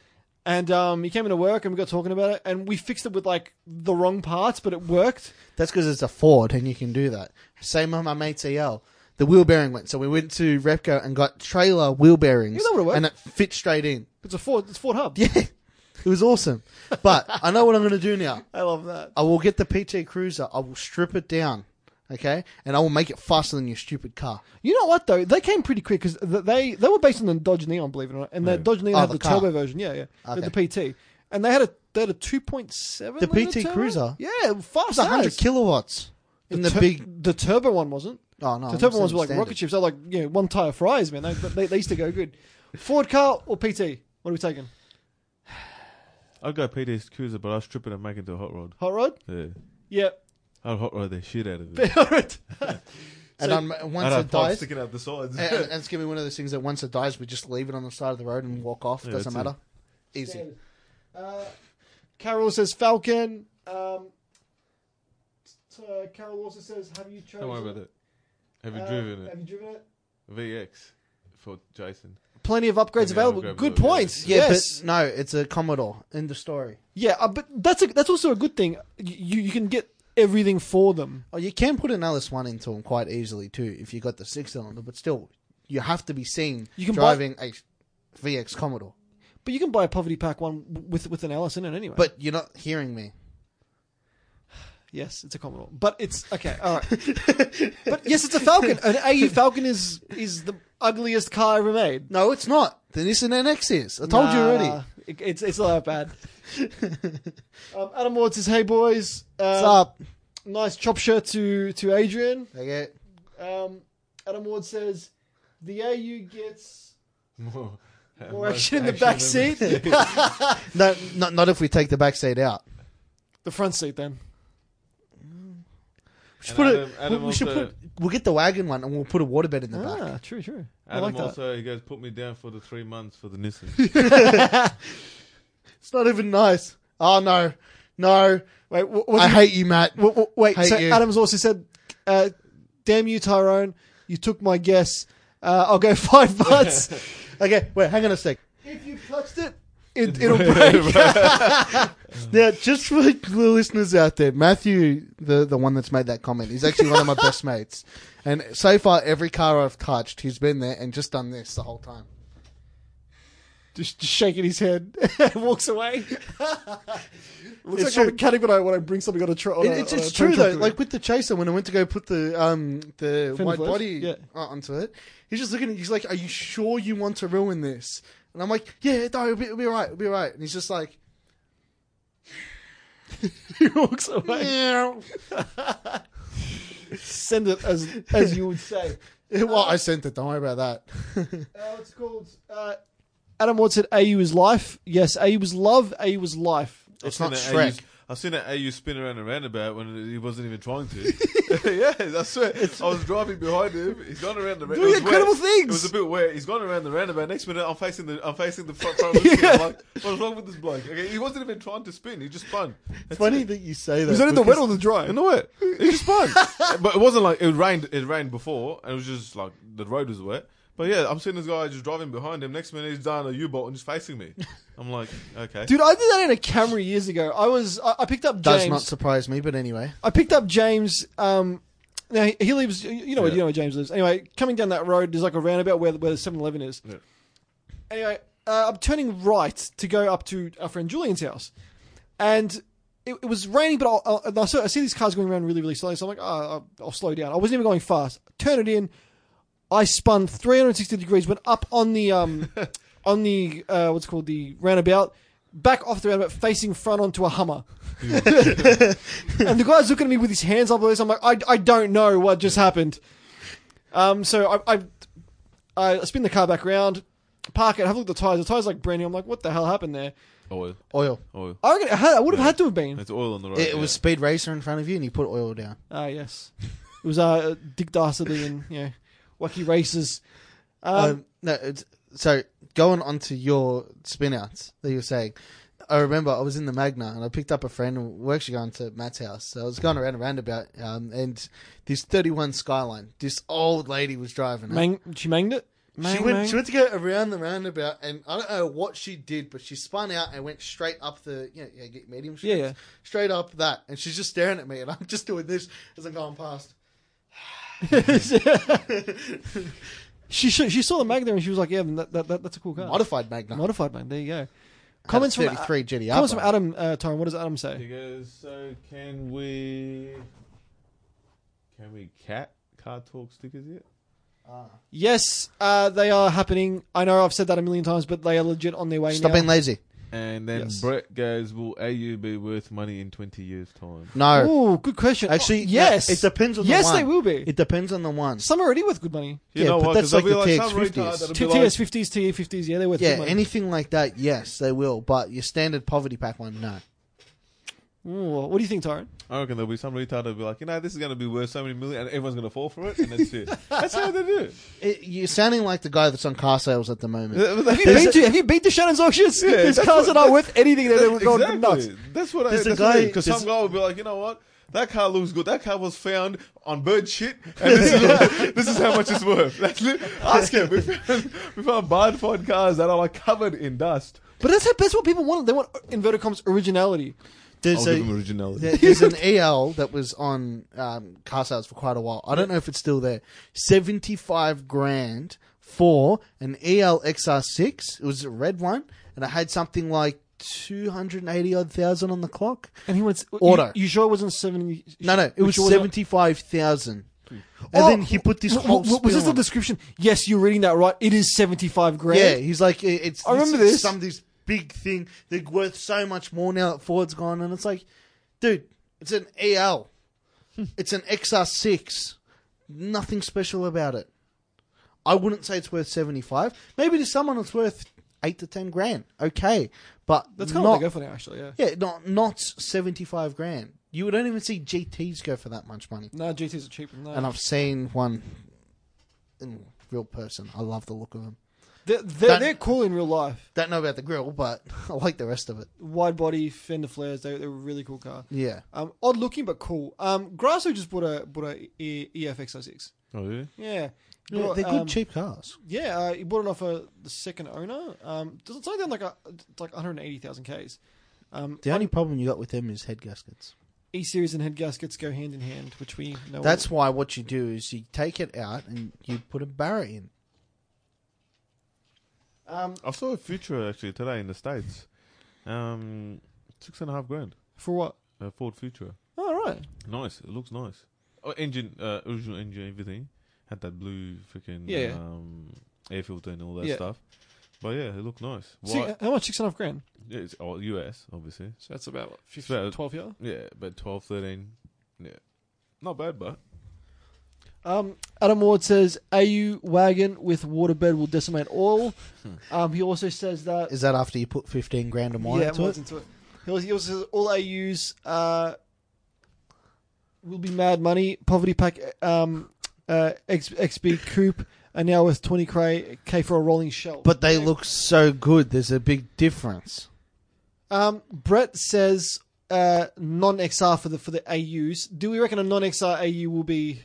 Speaker 1: And um, he came into work, and we got talking about it, and we fixed it with like the wrong parts, but it worked.
Speaker 3: that's because it's a Ford and you can do that. Same on my mate's EL. The wheel bearing went. So we went to Repco and got trailer wheel bearings.
Speaker 1: that would've worked.
Speaker 3: and it fit straight in.
Speaker 1: It's a Ford. It's Ford Hub.
Speaker 3: Yeah. It was awesome. But I know what I'm going to do now.
Speaker 1: I love that.
Speaker 3: I will get the PT Cruiser. I will strip it down, okay, and I will make it faster than your stupid car.
Speaker 1: You know what though? They came pretty quick because they they were based on the Dodge Neon, believe it or not, and the Dodge Neon
Speaker 3: Oh,
Speaker 1: had
Speaker 3: the
Speaker 1: the,
Speaker 3: car.
Speaker 1: turbo version. Yeah, yeah, They had
Speaker 3: Okay.
Speaker 1: the PT, and they had a they had a two point seven.
Speaker 3: The PT Cruiser?
Speaker 1: yeah,
Speaker 3: It's
Speaker 1: fast.
Speaker 3: hundred
Speaker 1: as.
Speaker 3: kilowatts in the,
Speaker 1: tur-
Speaker 3: big.
Speaker 1: the turbo one wasn't.
Speaker 3: Oh no,
Speaker 1: the
Speaker 3: I'm
Speaker 1: turbo ones
Speaker 3: saying
Speaker 1: were like
Speaker 3: standard.
Speaker 1: rocket ships. They're like you know one tire fries, man. They, they, they used to go good. Ford car or PT? What are we taking?
Speaker 4: I'd go PD's Cruiser, but I'll strip it and make it into a hot rod.
Speaker 1: Hot rod?
Speaker 4: Yeah,
Speaker 1: Yeah.
Speaker 4: I'll hot rod the shit out of it.
Speaker 1: All right.
Speaker 3: And
Speaker 1: So-
Speaker 3: I'm, uh, once
Speaker 4: I'd have
Speaker 3: it
Speaker 4: pipes
Speaker 3: dies,
Speaker 4: sticking out the sides.
Speaker 3: and, and it's gonna be one of those things that once it dies, we just leave it on the side of the road and walk off.
Speaker 4: Yeah,
Speaker 3: Doesn't
Speaker 4: that's it.
Speaker 3: matter. Easy.
Speaker 1: Uh, Carol says Falcon. Um, t- uh, Carol also says, "Have you chosen?"
Speaker 4: Don't worry about it. Have you
Speaker 1: uh,
Speaker 4: driven it?
Speaker 1: Have you driven it?
Speaker 4: VX for Jason.
Speaker 1: Plenty of upgrades
Speaker 4: Maybe
Speaker 1: available.
Speaker 4: I'll grab
Speaker 1: Good
Speaker 4: the-
Speaker 1: points.
Speaker 3: Yeah,
Speaker 1: yes.
Speaker 3: but no, it's a Commodore. End of story.
Speaker 1: yeah, uh, but that's a, that's also a good thing. You you can get everything for them.
Speaker 3: Oh, you can put an LS1 into them quite easily too if you got the six cylinder, but still, you have to be seen
Speaker 1: You can buy-
Speaker 3: driving a VX Commodore.
Speaker 1: But you can buy a poverty pack one with with an Ellison in it anyway.
Speaker 3: But you're not hearing me.
Speaker 1: yes, it's a common rule. But it's okay. All right. but yes, it's a Falcon. An AU Falcon is is the ugliest car ever made.
Speaker 3: No, it's not. The Nissan NX is. I told you already.
Speaker 1: Nah, it- it's it's not that bad. um, Adam Ward says, "Hey boys, uh,
Speaker 3: What's up?
Speaker 1: Nice chop shirt to to Adrian."
Speaker 3: Okay.
Speaker 1: Um, Adam Ward says, "The AU gets."
Speaker 2: More,
Speaker 1: More action in the back seat.
Speaker 3: No, not not if we take the back seat out.
Speaker 1: the front seat, then.
Speaker 3: We should
Speaker 2: And
Speaker 3: put
Speaker 2: Adam-
Speaker 3: a,
Speaker 2: Adam
Speaker 3: we should
Speaker 2: also-
Speaker 3: put. We'll get the wagon one and we'll put a waterbed in the back.
Speaker 1: Ah, true, true. I
Speaker 2: Adam
Speaker 1: like that.
Speaker 2: also he goes put me down for the three months for the Nissan.
Speaker 3: It's not even nice. Oh no, no!
Speaker 1: Wait, wh-
Speaker 3: I
Speaker 1: was it-
Speaker 3: hate you, Matt.
Speaker 1: wh- wh- wait.
Speaker 3: hate
Speaker 1: So
Speaker 3: you.
Speaker 1: Adams also said, uh, "Damn you, Tyrone! You took my guess. Uh, I'll go five butts.
Speaker 3: Okay, wait, hang on a sec.
Speaker 1: if you touched it, it it'll break."
Speaker 3: Now, just for the listeners out there, Matthew, the the one that's made that comment, he's actually one of my best mates. And so far, every car I've touched, he's been there and just done this the whole time.
Speaker 1: just, just shaking his head and walks away. Looks
Speaker 3: It's
Speaker 1: like
Speaker 3: true.
Speaker 1: I'm a category when I bring something on a truck.
Speaker 3: It- it's it's true though. Like with the chaser, when I went to go put the um the
Speaker 1: Fender
Speaker 3: wide
Speaker 1: flares?
Speaker 3: body
Speaker 1: Yeah.
Speaker 3: uh, onto it, he's just looking at. He's like, "Are you sure you want to ruin this?" And I'm like, "Yeah, no, it'll be, it'll be all right, it'll be all right." And he's just like,
Speaker 1: he walks away.
Speaker 3: "Yeah."
Speaker 1: Send it as as you would say.
Speaker 3: "Well, I sent it. Don't worry about that."
Speaker 1: Uh, it's called uh, Adam Ward said AU is life. Yes, AU was love. AU was life.
Speaker 3: It's
Speaker 2: I've
Speaker 3: not
Speaker 2: seen
Speaker 1: uh,
Speaker 2: an
Speaker 3: Shrek.
Speaker 2: AU I've seen an AU spin around a roundabout when he wasn't even trying to. yeah, I swear. I was driving behind him. He's gone around the roundabout.
Speaker 1: Doing incredible things.
Speaker 2: It was a bit wet. He's gone around the roundabout. Next minute, I'm facing the I'm facing the front, front of the yeah. like, What's wrong with this bloke? Okay, he wasn't even trying to spin. He just spun.
Speaker 3: It's funny that you say that.
Speaker 1: Was that in the
Speaker 3: because-
Speaker 1: wet or the dry?
Speaker 2: You know what? It just fun. but it wasn't like it rained. It rained before, and it was just like the road was wet. But yeah, I'm seeing this guy just driving behind him. Next minute, he's down a U-bolt and just facing me. I'm like, okay.
Speaker 1: Dude, I did that in a Camry years ago. I was I, I picked up James.
Speaker 3: Does not surprise me, but anyway.
Speaker 1: I picked up James. Um, now he, he lives. You you know, where
Speaker 2: Yeah.
Speaker 1: you know where James lives. Anyway, coming down that road, there's like a roundabout where where the 7-Eleven is.
Speaker 2: Yeah.
Speaker 1: Anyway, uh, I'm turning right to go up to our friend Julian's house, and it, it was raining. But I'll, I'll, I, saw, I see these cars going around really, really slowly. So I'm like, oh, I'll, I'll slow down. I wasn't even going fast. Turn it in. I spun 360 degrees, went up on the um, on the uh, what's it called the roundabout, back off the roundabout, facing front onto a Hummer. and the guy's looking at me with his hands up. like this. I'm like, I, I don't know what just happened. Um, so I, I I spin the car back around, park it, have a look at the tires. The tires like brand new. I'm like, what the hell happened there?
Speaker 2: Oil,
Speaker 3: Oil.
Speaker 2: oil.
Speaker 1: I reckon it had, I would have
Speaker 2: Yeah.
Speaker 1: had to have been.
Speaker 2: It's oil on the road.
Speaker 3: It, it
Speaker 2: yeah.
Speaker 3: was Speed Racer in front of you and you put oil down.
Speaker 1: Ah, yes, it was uh Dick Dastardly and you know wacky races. Um,
Speaker 3: Um, no, it's, so going on to your spin outs that you were saying, I remember I was in the Magna and I picked up a friend and we we're actually going to Matt's house. So I was going around a roundabout um, and this 31 Skyline, this old lady was driving it.
Speaker 1: mang- she manged it.
Speaker 3: she, went, she went to go around the roundabout and I don't know what she did, but she spun out and went straight up the, you know, you get medium
Speaker 1: yeah,
Speaker 3: streets?
Speaker 1: yeah.
Speaker 3: straight up that, and she's just staring at me, and I'm just doing this as I'm going past.
Speaker 1: She sh- she saw the Magna and she was like, yeah, that, that, that that's a cool car.
Speaker 3: Modified Magna.
Speaker 1: Modified man. There you go. Comments from
Speaker 3: thirty three GDR.
Speaker 1: comments from
Speaker 3: bike.
Speaker 1: Adam uh, Tyrone. What does Adam say?
Speaker 2: He goes, so can we? Can we cat car talk stickers yet?
Speaker 1: Yes, uh, they are happening. I know I've said that a million times, but they are legit on their way
Speaker 3: Stop
Speaker 1: now.
Speaker 3: being lazy.
Speaker 2: And then
Speaker 1: Yes.
Speaker 2: Brett goes, will AU be worth money in 20 years' time?
Speaker 3: No,
Speaker 1: Ooh, good question. Oh,
Speaker 3: actually, no,
Speaker 1: yes,
Speaker 3: it depends on the
Speaker 1: yes,
Speaker 3: one.
Speaker 1: they will be.
Speaker 3: It depends on the one.
Speaker 1: Some are already worth good money.
Speaker 2: You
Speaker 3: Yeah,
Speaker 2: know
Speaker 3: but
Speaker 2: what?
Speaker 3: that's
Speaker 2: 'Cause there'll
Speaker 3: like
Speaker 2: be
Speaker 3: the
Speaker 2: some
Speaker 3: TX50s.
Speaker 2: retard that'll be
Speaker 1: T-
Speaker 2: like-
Speaker 1: TS fifties, TE fifties. Yeah, they're worth
Speaker 3: Yeah,
Speaker 1: good money.
Speaker 3: anything like that, yes, they will. But your standard poverty pack one, no.
Speaker 1: Ooh, what do you think, Tyron?
Speaker 2: I reckon there'll be some retard that'll be like, you know, this is going to be worth so many million, and everyone's going to fall for it, and that's it. that's how they do.
Speaker 3: It, you're sounding like the guy that's on car sales at the moment.
Speaker 1: Have you been to Have you been to Shannon's auctions?
Speaker 2: Yeah,
Speaker 1: These
Speaker 2: that's
Speaker 1: cars
Speaker 2: what-
Speaker 1: are not worth anything. They're
Speaker 2: That's-
Speaker 1: going nuts.
Speaker 2: That's what I.
Speaker 3: There's a
Speaker 2: That's guy
Speaker 3: guy-
Speaker 2: because
Speaker 3: there's-
Speaker 2: some guy will be like, you know what? That car looks good. That car was found on bird shit, and this is, this is how much it's worth. That's li- ask him. We found, we found barn find cars that are like covered in dust.
Speaker 1: But that's that's what people want. They want inverted commas originality.
Speaker 3: There's, a-
Speaker 2: originality.
Speaker 3: there- there's an EL that was on um, car sales for quite a while. I don't know if it's still there. Seventy five grand for an E ELXR6. It was a red one, and it had something like 280 odd thousand on the clock.
Speaker 1: And he went
Speaker 3: Auto.
Speaker 1: You, you sure it wasn't seventy?
Speaker 3: No, no, it was
Speaker 1: you sure
Speaker 3: 75,000. And then he put this
Speaker 1: Oh, w-
Speaker 3: whole
Speaker 1: w- was
Speaker 3: spin
Speaker 1: this the
Speaker 3: on it.
Speaker 1: description? Yes, you're reading that right. It is seventy-five grand.
Speaker 3: Yeah, he's like, it- it's.
Speaker 1: I remember this.
Speaker 3: Some this big thing. They're worth so much more now that Ford's gone, and it's like, dude, it's an EL,
Speaker 1: Hmm.
Speaker 3: it's an XR6. Nothing special about it. I wouldn't say it's worth seventy-five. Maybe to someone it's worth eight to ten grand. Okay, but
Speaker 1: that's kind of what
Speaker 3: not,
Speaker 1: they go for now, actually. Yeah.
Speaker 3: yeah, not not seventy-five grand. You don't even see GTS go for that much money.
Speaker 1: No, GTS are cheaper than that.
Speaker 3: And I've seen one in real person. I love the look of them.
Speaker 1: They're, they're,
Speaker 3: That-
Speaker 1: they're cool in real life.
Speaker 3: Don't know about the grill, but I like the rest of it.
Speaker 1: Wide body fender flares. They, they're a really cool car.
Speaker 3: Yeah.
Speaker 1: Um, odd looking but cool. Um, Grasso just bought a bought a e- EFX06.
Speaker 2: Oh, really?
Speaker 1: Yeah.
Speaker 3: Yeah,
Speaker 1: Bought,
Speaker 3: they're good,
Speaker 1: um,
Speaker 3: cheap cars.
Speaker 1: Yeah, uh, he bought it off uh, the second owner. Um, doesn't say down like a, it's like 180,000 k's. Um,
Speaker 3: The only problem you got with them is head gaskets.
Speaker 1: E series and head gaskets go hand in hand, which we know.
Speaker 3: That's why what you do is you take it out and you put a barra in.
Speaker 1: um,
Speaker 2: I saw a Futura actually today in the States. Um, six and a half grand.
Speaker 1: for what?
Speaker 2: A Ford Futura.
Speaker 1: Oh right,
Speaker 2: Nice. It looks nice. Oh, engine, uh, original engine, everything. Had that blue freaking
Speaker 1: Yeah.
Speaker 2: um, air filter and all that
Speaker 1: Yeah.
Speaker 2: stuff. But yeah, it looked nice.
Speaker 1: See, uh,
Speaker 2: White.
Speaker 1: how much? Six and a half grand.
Speaker 2: Yeah, it's all US, obviously.
Speaker 1: So that's about what, 15,
Speaker 2: about-
Speaker 1: 12 year.
Speaker 2: Yeah, about 12, 13. Yeah. Not bad, but.
Speaker 1: Um, Adam Ward says AU wagon with waterbed will decimate all. um, he also says that
Speaker 3: Is that after you put 15 grand a mile
Speaker 1: yeah,
Speaker 3: into
Speaker 1: mine's
Speaker 3: it?
Speaker 1: into it. He also, he also says all AUs uh, will be mad money. Poverty pack um, uh, X, XB coupe are now worth twenty k k for a rolling shelf.
Speaker 3: But they look so good. There's a big difference.
Speaker 1: Um, Brett says uh, non XR for the for the AUs. Do we reckon a non XR AU will be?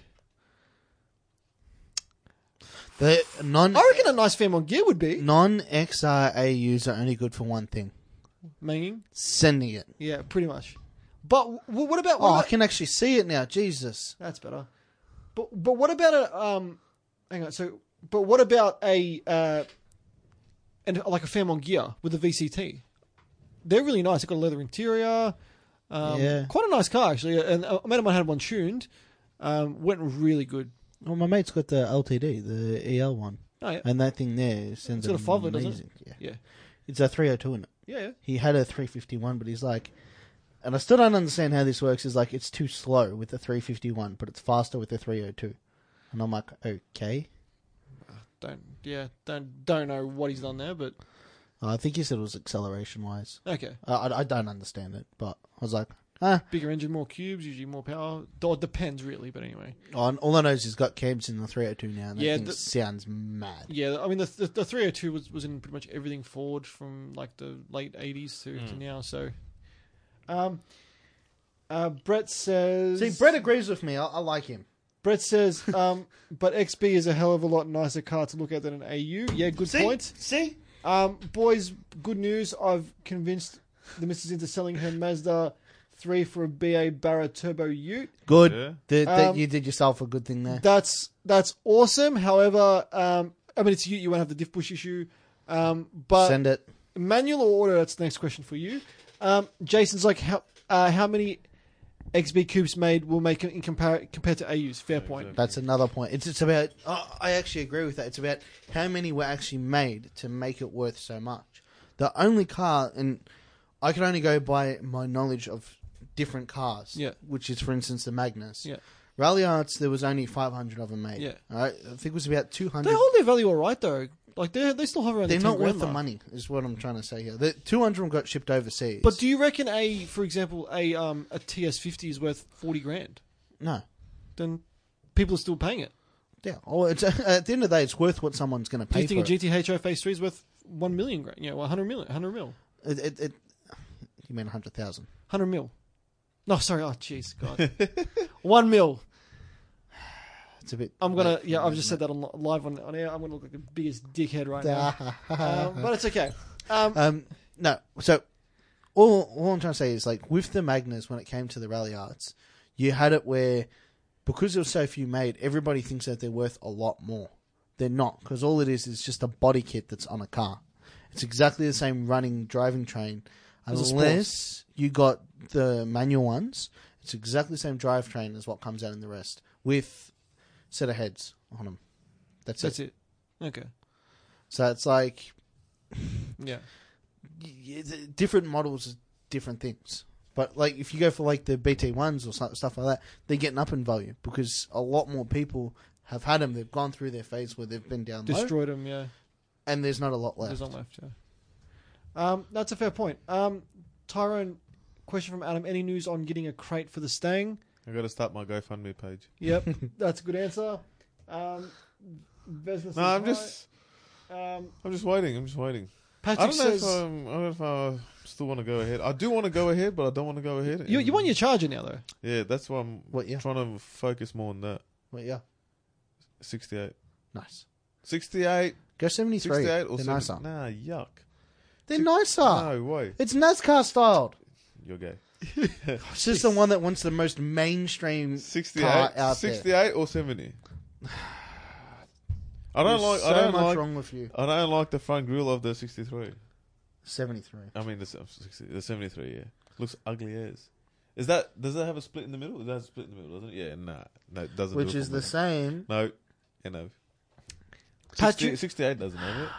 Speaker 3: The non
Speaker 1: I reckon a nice Fairmont gear would be
Speaker 3: non XRAUs are only good for one thing:
Speaker 1: manging.
Speaker 3: sending it.
Speaker 1: Yeah, pretty much. But w- what about? What
Speaker 3: Oh, I
Speaker 1: about
Speaker 3: can actually see it now. Jesus.
Speaker 1: that's better. But but what about a um? Hang on. So but what about a uh, and like a Fairmont gear with a VCT? They're really nice. They've got a leather interior. Um,
Speaker 3: Yeah.
Speaker 1: Quite a nice car actually. And a mate of mine had one tuned. Um, went really good.
Speaker 3: Well, my mate's got the LTD, the EL one,
Speaker 1: Oh, yeah.
Speaker 3: and that thing there sends
Speaker 1: It's got a five liter, doesn't it?
Speaker 3: amazing. Yeah.
Speaker 1: Yeah.
Speaker 3: It's a 302 in it.
Speaker 1: Yeah. yeah.
Speaker 3: he had a 351, but he's like, and I still don't understand how this works. Is like it's too slow with the 351, but it's faster with the 302. And I'm like, okay.
Speaker 1: don't yeah don't don't know what he's done there but
Speaker 3: Uh, I think he said it was acceleration wise.
Speaker 1: okay
Speaker 3: I, I, I don't understand it, but I was like, ah.
Speaker 1: bigger engine more cubes usually more power or depends really but anyway
Speaker 3: Oh, and all I know is he's got cams in the 302 now, and that
Speaker 1: Yeah,
Speaker 3: thing
Speaker 1: the-
Speaker 3: sounds mad.
Speaker 1: yeah i mean the the, the 302 was, was in pretty much everything ford from like the late 80s to,
Speaker 3: Hmm.
Speaker 1: to now so um uh, Brett says.
Speaker 3: See, Brett agrees with me. I, I like him.
Speaker 1: Brett says. Um, but XB is a hell of a lot nicer car to look at than an AU. Yeah, good point.
Speaker 3: See?
Speaker 1: Um, boys, good news. I've convinced the missus into selling her Mazda three for a BA Barra Turbo Ute.
Speaker 3: Good.
Speaker 2: Yeah.
Speaker 3: The- the-
Speaker 1: Um,
Speaker 3: you did yourself a good thing there.
Speaker 1: That's that's awesome. However, um, I mean, it's you. You won't have the diff push issue. Um, but
Speaker 3: Send it.
Speaker 1: manual or auto? That's the next question for you. Um, Jason's like, how uh, how many XB cubes made will make it in compar- compared to AU's? Fair point.
Speaker 3: That's another point. It's it's about. Oh, I actually agree with that. It's about how many were actually made to make it worth so much. The only car, and I can only go by my knowledge of different cars.
Speaker 1: Yeah.
Speaker 3: Which is, for instance, the Magnus.
Speaker 1: Yeah.
Speaker 3: Rally Arts, there was only five hundred of them made.
Speaker 1: Yeah.
Speaker 3: All right. I think it was about two
Speaker 1: They
Speaker 3: hundred.
Speaker 1: hold their value all right though. Like they they still hover around.
Speaker 3: They're
Speaker 1: the 10
Speaker 3: not
Speaker 1: grand
Speaker 3: worth the
Speaker 1: mark.
Speaker 3: money, is what I'm trying to say here. The two hundred got shipped overseas.
Speaker 1: But do you reckon a, for example, a um a TS fifty is worth forty grand?
Speaker 3: no.
Speaker 1: Then people are still paying it.
Speaker 3: Yeah. Oh, it's at the end of the day, it's worth what someone's going to
Speaker 1: Do
Speaker 3: pay
Speaker 1: you think
Speaker 3: for
Speaker 1: a GTHO Phase Three is worth one million grand? You know, one hundred million, hundred mil.
Speaker 3: it. It, it, it. You mean hundred thousand?
Speaker 1: Hundred mil. No, sorry. Oh, jeez, God. One mil.
Speaker 3: It's a bit.
Speaker 1: I'm gonna.
Speaker 3: late for
Speaker 1: Yeah,
Speaker 3: me,
Speaker 1: I've
Speaker 3: isn't
Speaker 1: just
Speaker 3: it?
Speaker 1: said that on li- live on, on air. I'm gonna look like the biggest dickhead right now. Um,
Speaker 3: um,
Speaker 1: but it's okay. Um,
Speaker 3: no, so all all I'm trying to say is like with the Magnus, when it came to the rally arts, you had it where because there were so few made, everybody thinks that they're worth a lot more. They're not because all it is is just a body kit that's on a car. It's exactly the same running driving train,
Speaker 1: As a sports.
Speaker 3: unless you got the manual ones. It's exactly the same drivetrain as what comes out in the rest with set of heads on them. That's,
Speaker 1: That's
Speaker 3: it.
Speaker 1: it. Okay.
Speaker 3: So it's like
Speaker 1: Yeah.
Speaker 3: y- y- different models are different things. But like if you go for like the BT ones or stu- stuff like that, they're getting up in value because a lot more people have had them. They've gone through their phase where they've been down low,
Speaker 1: Destroyed them. Yeah.
Speaker 3: and there's not a lot left.
Speaker 1: There's not left. Yeah. Um, that's a fair point. Um, Tyrone, question from Adam. Any news on getting a crate for the Stang?
Speaker 2: I got to start my GoFundMe page.
Speaker 1: Yep, that's a good answer. Um, business.
Speaker 2: No, I'm just,
Speaker 1: Um,
Speaker 2: I'm just waiting. I'm just waiting.
Speaker 1: Patrick
Speaker 2: I don't know
Speaker 1: says,
Speaker 2: if I'm, I don't know if I still want to go ahead. I do want to go ahead, but I don't want to go ahead.
Speaker 1: you,
Speaker 2: And-
Speaker 1: you want your charger now, though.
Speaker 2: Yeah, that's why I'm
Speaker 3: What yeah?
Speaker 2: trying to focus more on that.
Speaker 3: What yeah?
Speaker 2: 68.
Speaker 3: Nice.
Speaker 2: 68,
Speaker 3: Go seventy three.
Speaker 2: 68
Speaker 3: They're
Speaker 2: or 70.
Speaker 3: nicer.
Speaker 2: Nah, yuck.
Speaker 3: They're nicer.
Speaker 2: No way.
Speaker 3: It's NASCAR styled.
Speaker 2: You're gay. Oh,
Speaker 3: It's just the one that wants the most mainstream.
Speaker 2: 68,
Speaker 3: out there.
Speaker 2: 68 or 70. I don't
Speaker 3: There's
Speaker 2: like.
Speaker 3: so
Speaker 2: I don't
Speaker 3: much
Speaker 2: like.
Speaker 3: wrong with you.
Speaker 2: I don't like the front grille of the 63.
Speaker 3: Seventy three.
Speaker 2: I mean the, se- 60, the 73. Yeah, looks ugly as. Is that does that have a split in the middle? Does that have a split in the middle? Doesn't it? Yeah, nah, no, it doesn't. do
Speaker 3: Which
Speaker 2: it
Speaker 3: is
Speaker 2: for
Speaker 3: the
Speaker 2: me.
Speaker 3: same.
Speaker 2: No, yeah, no. 60
Speaker 1: Patrick-
Speaker 2: 68 doesn't have it,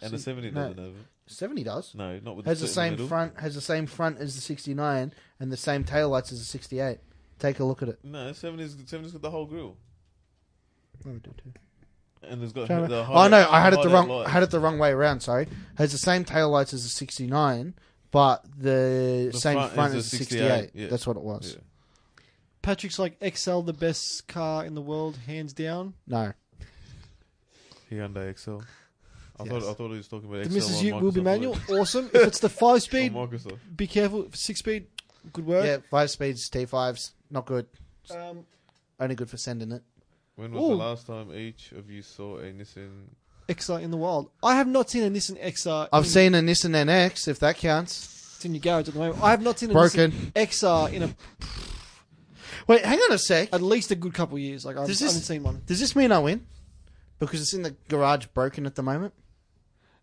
Speaker 2: and the
Speaker 3: See,
Speaker 2: 70
Speaker 3: no.
Speaker 2: doesn't have it.
Speaker 3: Seventy does.
Speaker 2: No, not with
Speaker 3: has the
Speaker 2: the split in
Speaker 3: same
Speaker 2: middle.
Speaker 3: front has the same front as the 69 and the same taillights as the 68 take a look at it
Speaker 2: No, 70's 70's got the whole grill, and it's got
Speaker 3: Trying to-
Speaker 2: the.
Speaker 3: oh
Speaker 2: highlight-
Speaker 3: no i had it the
Speaker 2: highlight
Speaker 3: wrong
Speaker 2: light.
Speaker 3: I had it the wrong way around sorry has the same taillights as the 69 but the,
Speaker 2: The
Speaker 3: same
Speaker 2: front
Speaker 3: front,
Speaker 2: is
Speaker 3: as
Speaker 2: the
Speaker 3: the 68,
Speaker 2: 68, yeah.
Speaker 3: that's what it was
Speaker 2: Yeah.
Speaker 1: Patrick's like XL, the best car in the world, hands down.
Speaker 3: no
Speaker 2: Hyundai XL. I
Speaker 3: Yes.
Speaker 2: thought I thought he was talking about
Speaker 1: The
Speaker 2: XL
Speaker 1: Mrs.
Speaker 2: on
Speaker 1: Ute will be
Speaker 2: Microsoft
Speaker 1: manual.
Speaker 2: Word.
Speaker 1: Awesome. If it's the five
Speaker 2: On
Speaker 1: speed,
Speaker 2: Microsoft.
Speaker 1: be careful. Six speed, good work.
Speaker 3: yeah five speeds t5s not good
Speaker 1: Um,
Speaker 3: only good for sending it
Speaker 2: When was
Speaker 1: Ooh.
Speaker 2: the last time each of you saw a Nissan?
Speaker 1: XR in the wild. I have not seen a Nissan XR.
Speaker 3: i've
Speaker 1: in,
Speaker 3: seen a nissan nx if that counts
Speaker 1: It's in your garage at the moment. I have not seen a Nissan
Speaker 3: broken
Speaker 1: XR in a,
Speaker 3: wait hang on a sec
Speaker 1: at least a good couple of years. Like I've,
Speaker 3: Does
Speaker 1: I
Speaker 3: this-
Speaker 1: haven't seen one.
Speaker 3: does this mean i win because it's in the garage broken at the moment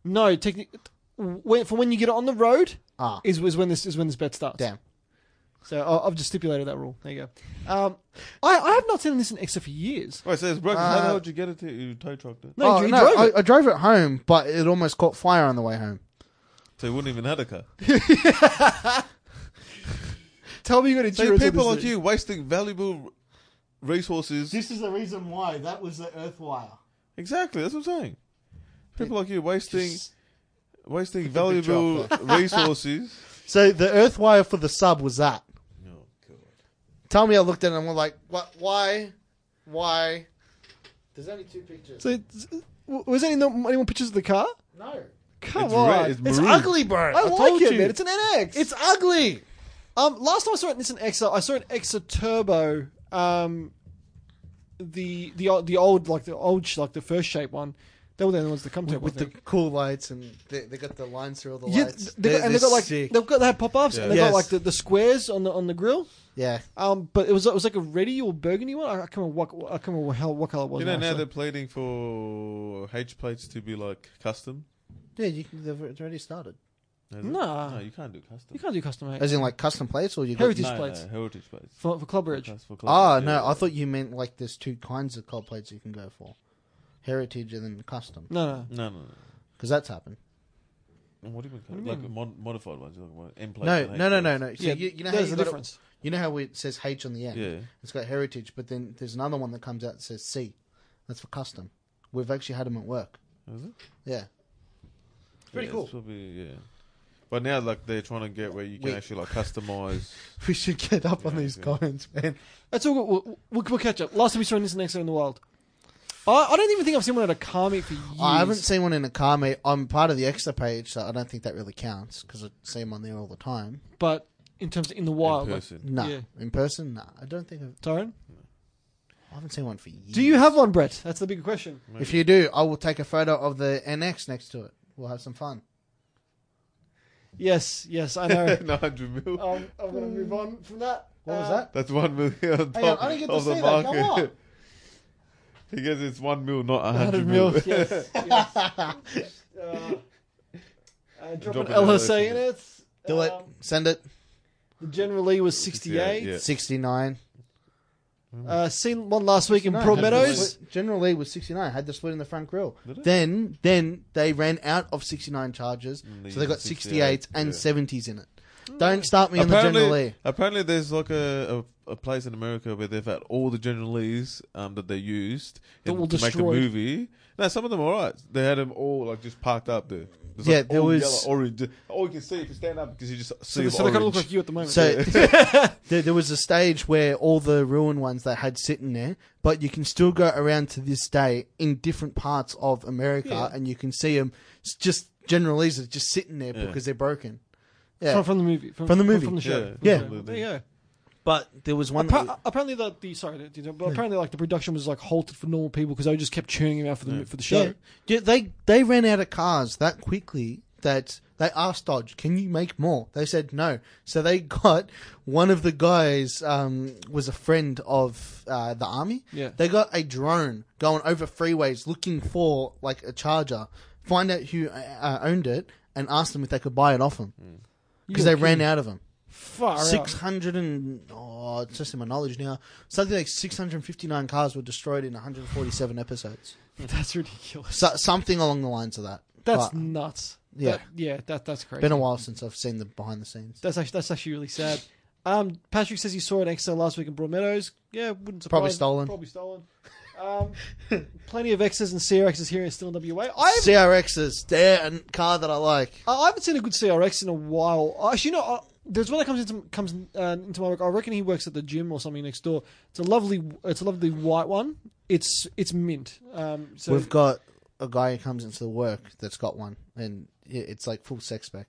Speaker 1: No, technically, when, for when you get it on the road
Speaker 3: ah
Speaker 1: is, is when this is when this bet starts.
Speaker 3: damn
Speaker 1: So I, I've just stipulated that rule. There you go. Um, I, I have not seen this in extra for years.
Speaker 2: Wait, so it's broken. How the
Speaker 3: Uh,
Speaker 2: hell did you get it? To, you tow trucked it,
Speaker 1: No,
Speaker 3: Oh,
Speaker 1: you
Speaker 3: no,
Speaker 1: drove
Speaker 3: I,
Speaker 1: it.
Speaker 3: I drove it home, but it almost caught fire on the way home.
Speaker 2: so you wouldn't even had a car.
Speaker 1: Tell me you got
Speaker 2: So
Speaker 1: insurance. on
Speaker 2: people
Speaker 1: this
Speaker 2: like
Speaker 1: thing.
Speaker 2: you wasting valuable resources.
Speaker 3: is the reason why that was the earth wire.
Speaker 2: exactly, that's what I'm saying. People like you wasting wasting
Speaker 3: a big
Speaker 2: valuable resources.
Speaker 3: So the earth wire for the sub was that.
Speaker 2: No, God.
Speaker 3: Tell me, I looked at it and I'm like, what? Why? Why? There's only two pictures.
Speaker 1: So, it's- w- was there any, any more pictures of the car?
Speaker 3: No,
Speaker 1: Come
Speaker 2: It's
Speaker 1: on,
Speaker 2: red, it's
Speaker 3: it's
Speaker 2: Maroon.
Speaker 3: ugly, bro.
Speaker 1: I, like
Speaker 3: told
Speaker 1: it,
Speaker 3: you.
Speaker 1: man. It's an NX.
Speaker 3: It's ugly.
Speaker 1: um, last time I saw it, it's an XR. I saw an XR Turbo. Um, the the old- the old like the old sh- like the first shape one. They were the only ones that come to it, I
Speaker 3: With the
Speaker 1: think.
Speaker 3: cool lights and they, they got the lines through all the
Speaker 1: Yeah,
Speaker 3: lights.
Speaker 1: they,
Speaker 3: They're-
Speaker 1: and they
Speaker 3: they're
Speaker 1: got like
Speaker 3: sick.
Speaker 1: they've got they had pop ups
Speaker 2: Yeah.
Speaker 1: and they have
Speaker 3: Yes.
Speaker 1: got like the, the squares on the on the grill.
Speaker 3: yeah.
Speaker 1: Um, but it was it was like a ready or burgundy one. I can't remember what I can't remember what, hell, what color it was.
Speaker 2: You know now
Speaker 1: actually.
Speaker 2: they're pleading for H plates to be like custom.
Speaker 3: Yeah, you, can- they've it's already started.
Speaker 2: Is it?
Speaker 1: Nah.
Speaker 2: no, you can't do custom.
Speaker 1: you can't do custom hate
Speaker 3: As in, like custom plates, or you got
Speaker 1: Heritage
Speaker 2: no,
Speaker 1: plates.
Speaker 2: no, heritage plates.
Speaker 1: for, for Club Ridge.
Speaker 2: That's for
Speaker 3: Oh,
Speaker 2: collectors,
Speaker 3: no,
Speaker 2: yeah.
Speaker 3: I thought you meant like there's two kinds of cold plates you can go for heritage and then custom.
Speaker 1: No, no.
Speaker 2: no, no, no.
Speaker 3: Because that's happened.
Speaker 2: And What do you mean?
Speaker 1: What do you
Speaker 2: like
Speaker 1: mean?
Speaker 2: mod- modified ones? You're talking about M plates
Speaker 3: No,
Speaker 2: and H
Speaker 3: no, no, no,
Speaker 2: plates.
Speaker 3: no. So
Speaker 1: yeah,
Speaker 3: you, you know how
Speaker 1: there's
Speaker 3: you
Speaker 1: the
Speaker 3: got
Speaker 1: difference.
Speaker 3: It, you know how it says H on the end.
Speaker 2: Yeah.
Speaker 3: It's got heritage, but then there's another one that comes out that says C. That's for custom. We've actually had them at work.
Speaker 2: Is it?
Speaker 3: Yeah. Pretty
Speaker 2: Yeah,
Speaker 3: cool.
Speaker 2: it's probably- yeah. But now, like, they're trying to get where you can
Speaker 3: We-
Speaker 2: actually like customize.
Speaker 3: We should get up on
Speaker 2: Yeah,
Speaker 3: these
Speaker 2: yeah.
Speaker 3: comments, man.
Speaker 1: That's all. Good. We'll, we'll, we'll catch up. Last time we saw this next in the world. I, I don't even think I've seen one at a car meet for years.
Speaker 3: I haven't seen one in a car meet. I'm part of the extra page, so I don't think that really counts because I see them on there all the time.
Speaker 1: But in terms of in the
Speaker 2: in
Speaker 1: wild, like,
Speaker 2: person.
Speaker 3: No.
Speaker 1: Yeah.
Speaker 3: In person? No. I don't think I've,
Speaker 1: Tyrone,
Speaker 3: I haven't seen one for years.
Speaker 1: do you have one, Brett? That's the bigger question.
Speaker 3: If you do, I will take a photo of the NX next to it. We'll have some fun.
Speaker 1: Yes, yes, I know.
Speaker 2: Nine hundred mil.
Speaker 1: um, I'm going to move on from that.
Speaker 3: What was
Speaker 1: Uh,
Speaker 3: that?
Speaker 2: That's one million on
Speaker 3: Hang on,
Speaker 2: top
Speaker 3: I didn't get to
Speaker 2: of the
Speaker 3: see that. Come
Speaker 2: market. He goes, it's one mil, not a
Speaker 1: 100
Speaker 2: hundred
Speaker 1: mil.
Speaker 2: mil.
Speaker 1: yes. yes. Uh, uh, drop,
Speaker 2: Drop
Speaker 1: an
Speaker 2: an
Speaker 1: LSA
Speaker 2: LSA.
Speaker 1: in it.
Speaker 3: Do it.
Speaker 1: Um,
Speaker 3: Send it.
Speaker 1: The General Lee was 68.
Speaker 2: 68, yeah.
Speaker 3: 69.
Speaker 1: Uh, seen one last week in
Speaker 3: No,
Speaker 1: Pearl
Speaker 3: had the
Speaker 1: Meadows.
Speaker 3: split- General Lee was 69. Had the split in the front grill.
Speaker 2: Did it?
Speaker 3: Then then they ran out of 69 charges.
Speaker 2: And
Speaker 3: So they got
Speaker 2: 68,
Speaker 3: 68s and
Speaker 2: Mm, yeah. Mm.
Speaker 3: 70s in it. Don't start me on the General
Speaker 2: Apparently,
Speaker 3: Lee.
Speaker 2: apparently, there's like a, a a place in America where they've had all the General Lees um, that they used
Speaker 1: That
Speaker 2: in-
Speaker 1: were
Speaker 2: to make a
Speaker 1: destroyed.
Speaker 2: movie. No, some of them are alright. They had them all like just parked up there. There's,
Speaker 3: Yeah,
Speaker 2: like,
Speaker 3: there
Speaker 2: all
Speaker 3: was-
Speaker 2: yellow, orange. All you can see if you stand up because you just
Speaker 1: So,
Speaker 2: see
Speaker 1: they-
Speaker 2: of
Speaker 1: so they kind of look
Speaker 2: orange.
Speaker 1: like you at the moment.
Speaker 3: So there, there was a stage where all the ruined ones they had sitting there, but you can still go around to this day in different parts of America,
Speaker 1: Yeah.
Speaker 3: and you can see them just General Lees are just sitting there
Speaker 2: Yeah.
Speaker 3: because they're broken. Yeah,
Speaker 1: from, from the movie. From,
Speaker 3: From the movie.
Speaker 1: From, the show.
Speaker 2: Yeah.
Speaker 1: From the show. There you go.
Speaker 3: but there was one.
Speaker 1: Appar- apparently, the, the sorry, the- the- but apparently, like the production was like halted for normal people because they just kept churning him out for the for the show.
Speaker 3: Yeah. Yeah, they they ran out of cars that quickly that they asked Dodge, "Can you make more?" They said no, so they got one of the guys um, was a friend of uh, the army.
Speaker 1: Yeah.
Speaker 3: they got a drone going over freeways looking for like a charger, find out who uh, owned it, and ask them if they could buy it off them because they ran out of them.
Speaker 1: far
Speaker 3: Six hundred and oh, it's just in my knowledge now, something like six hundred and fifty nine cars were destroyed in one hundred forty seven episodes.
Speaker 1: That's ridiculous.
Speaker 3: So, something along the lines of that.
Speaker 1: That's
Speaker 3: But
Speaker 1: nuts.
Speaker 3: Yeah.
Speaker 1: That- yeah. That that's crazy.
Speaker 3: been a while since I've seen the behind the scenes.
Speaker 1: That's actually that's actually really sad. Um, Patrick says he saw an Excel last week in Broadmeadows. Yeah, wouldn't surprise.
Speaker 3: Probably stolen.
Speaker 1: Probably stolen. Um, plenty of X's and CRXs here and still in WA. I haven't,
Speaker 3: CRXs, they're a car that I like.
Speaker 1: I haven't seen a good CRX in a while. Actually, no. Uh, there's one that comes into comes uh, into my work. I reckon he works at the gym or something next door. It's a lovely, it's a lovely white one. It's it's mint. Um, so
Speaker 3: We've got a guy who comes into the work that's got one, and i- it's like full sex spec.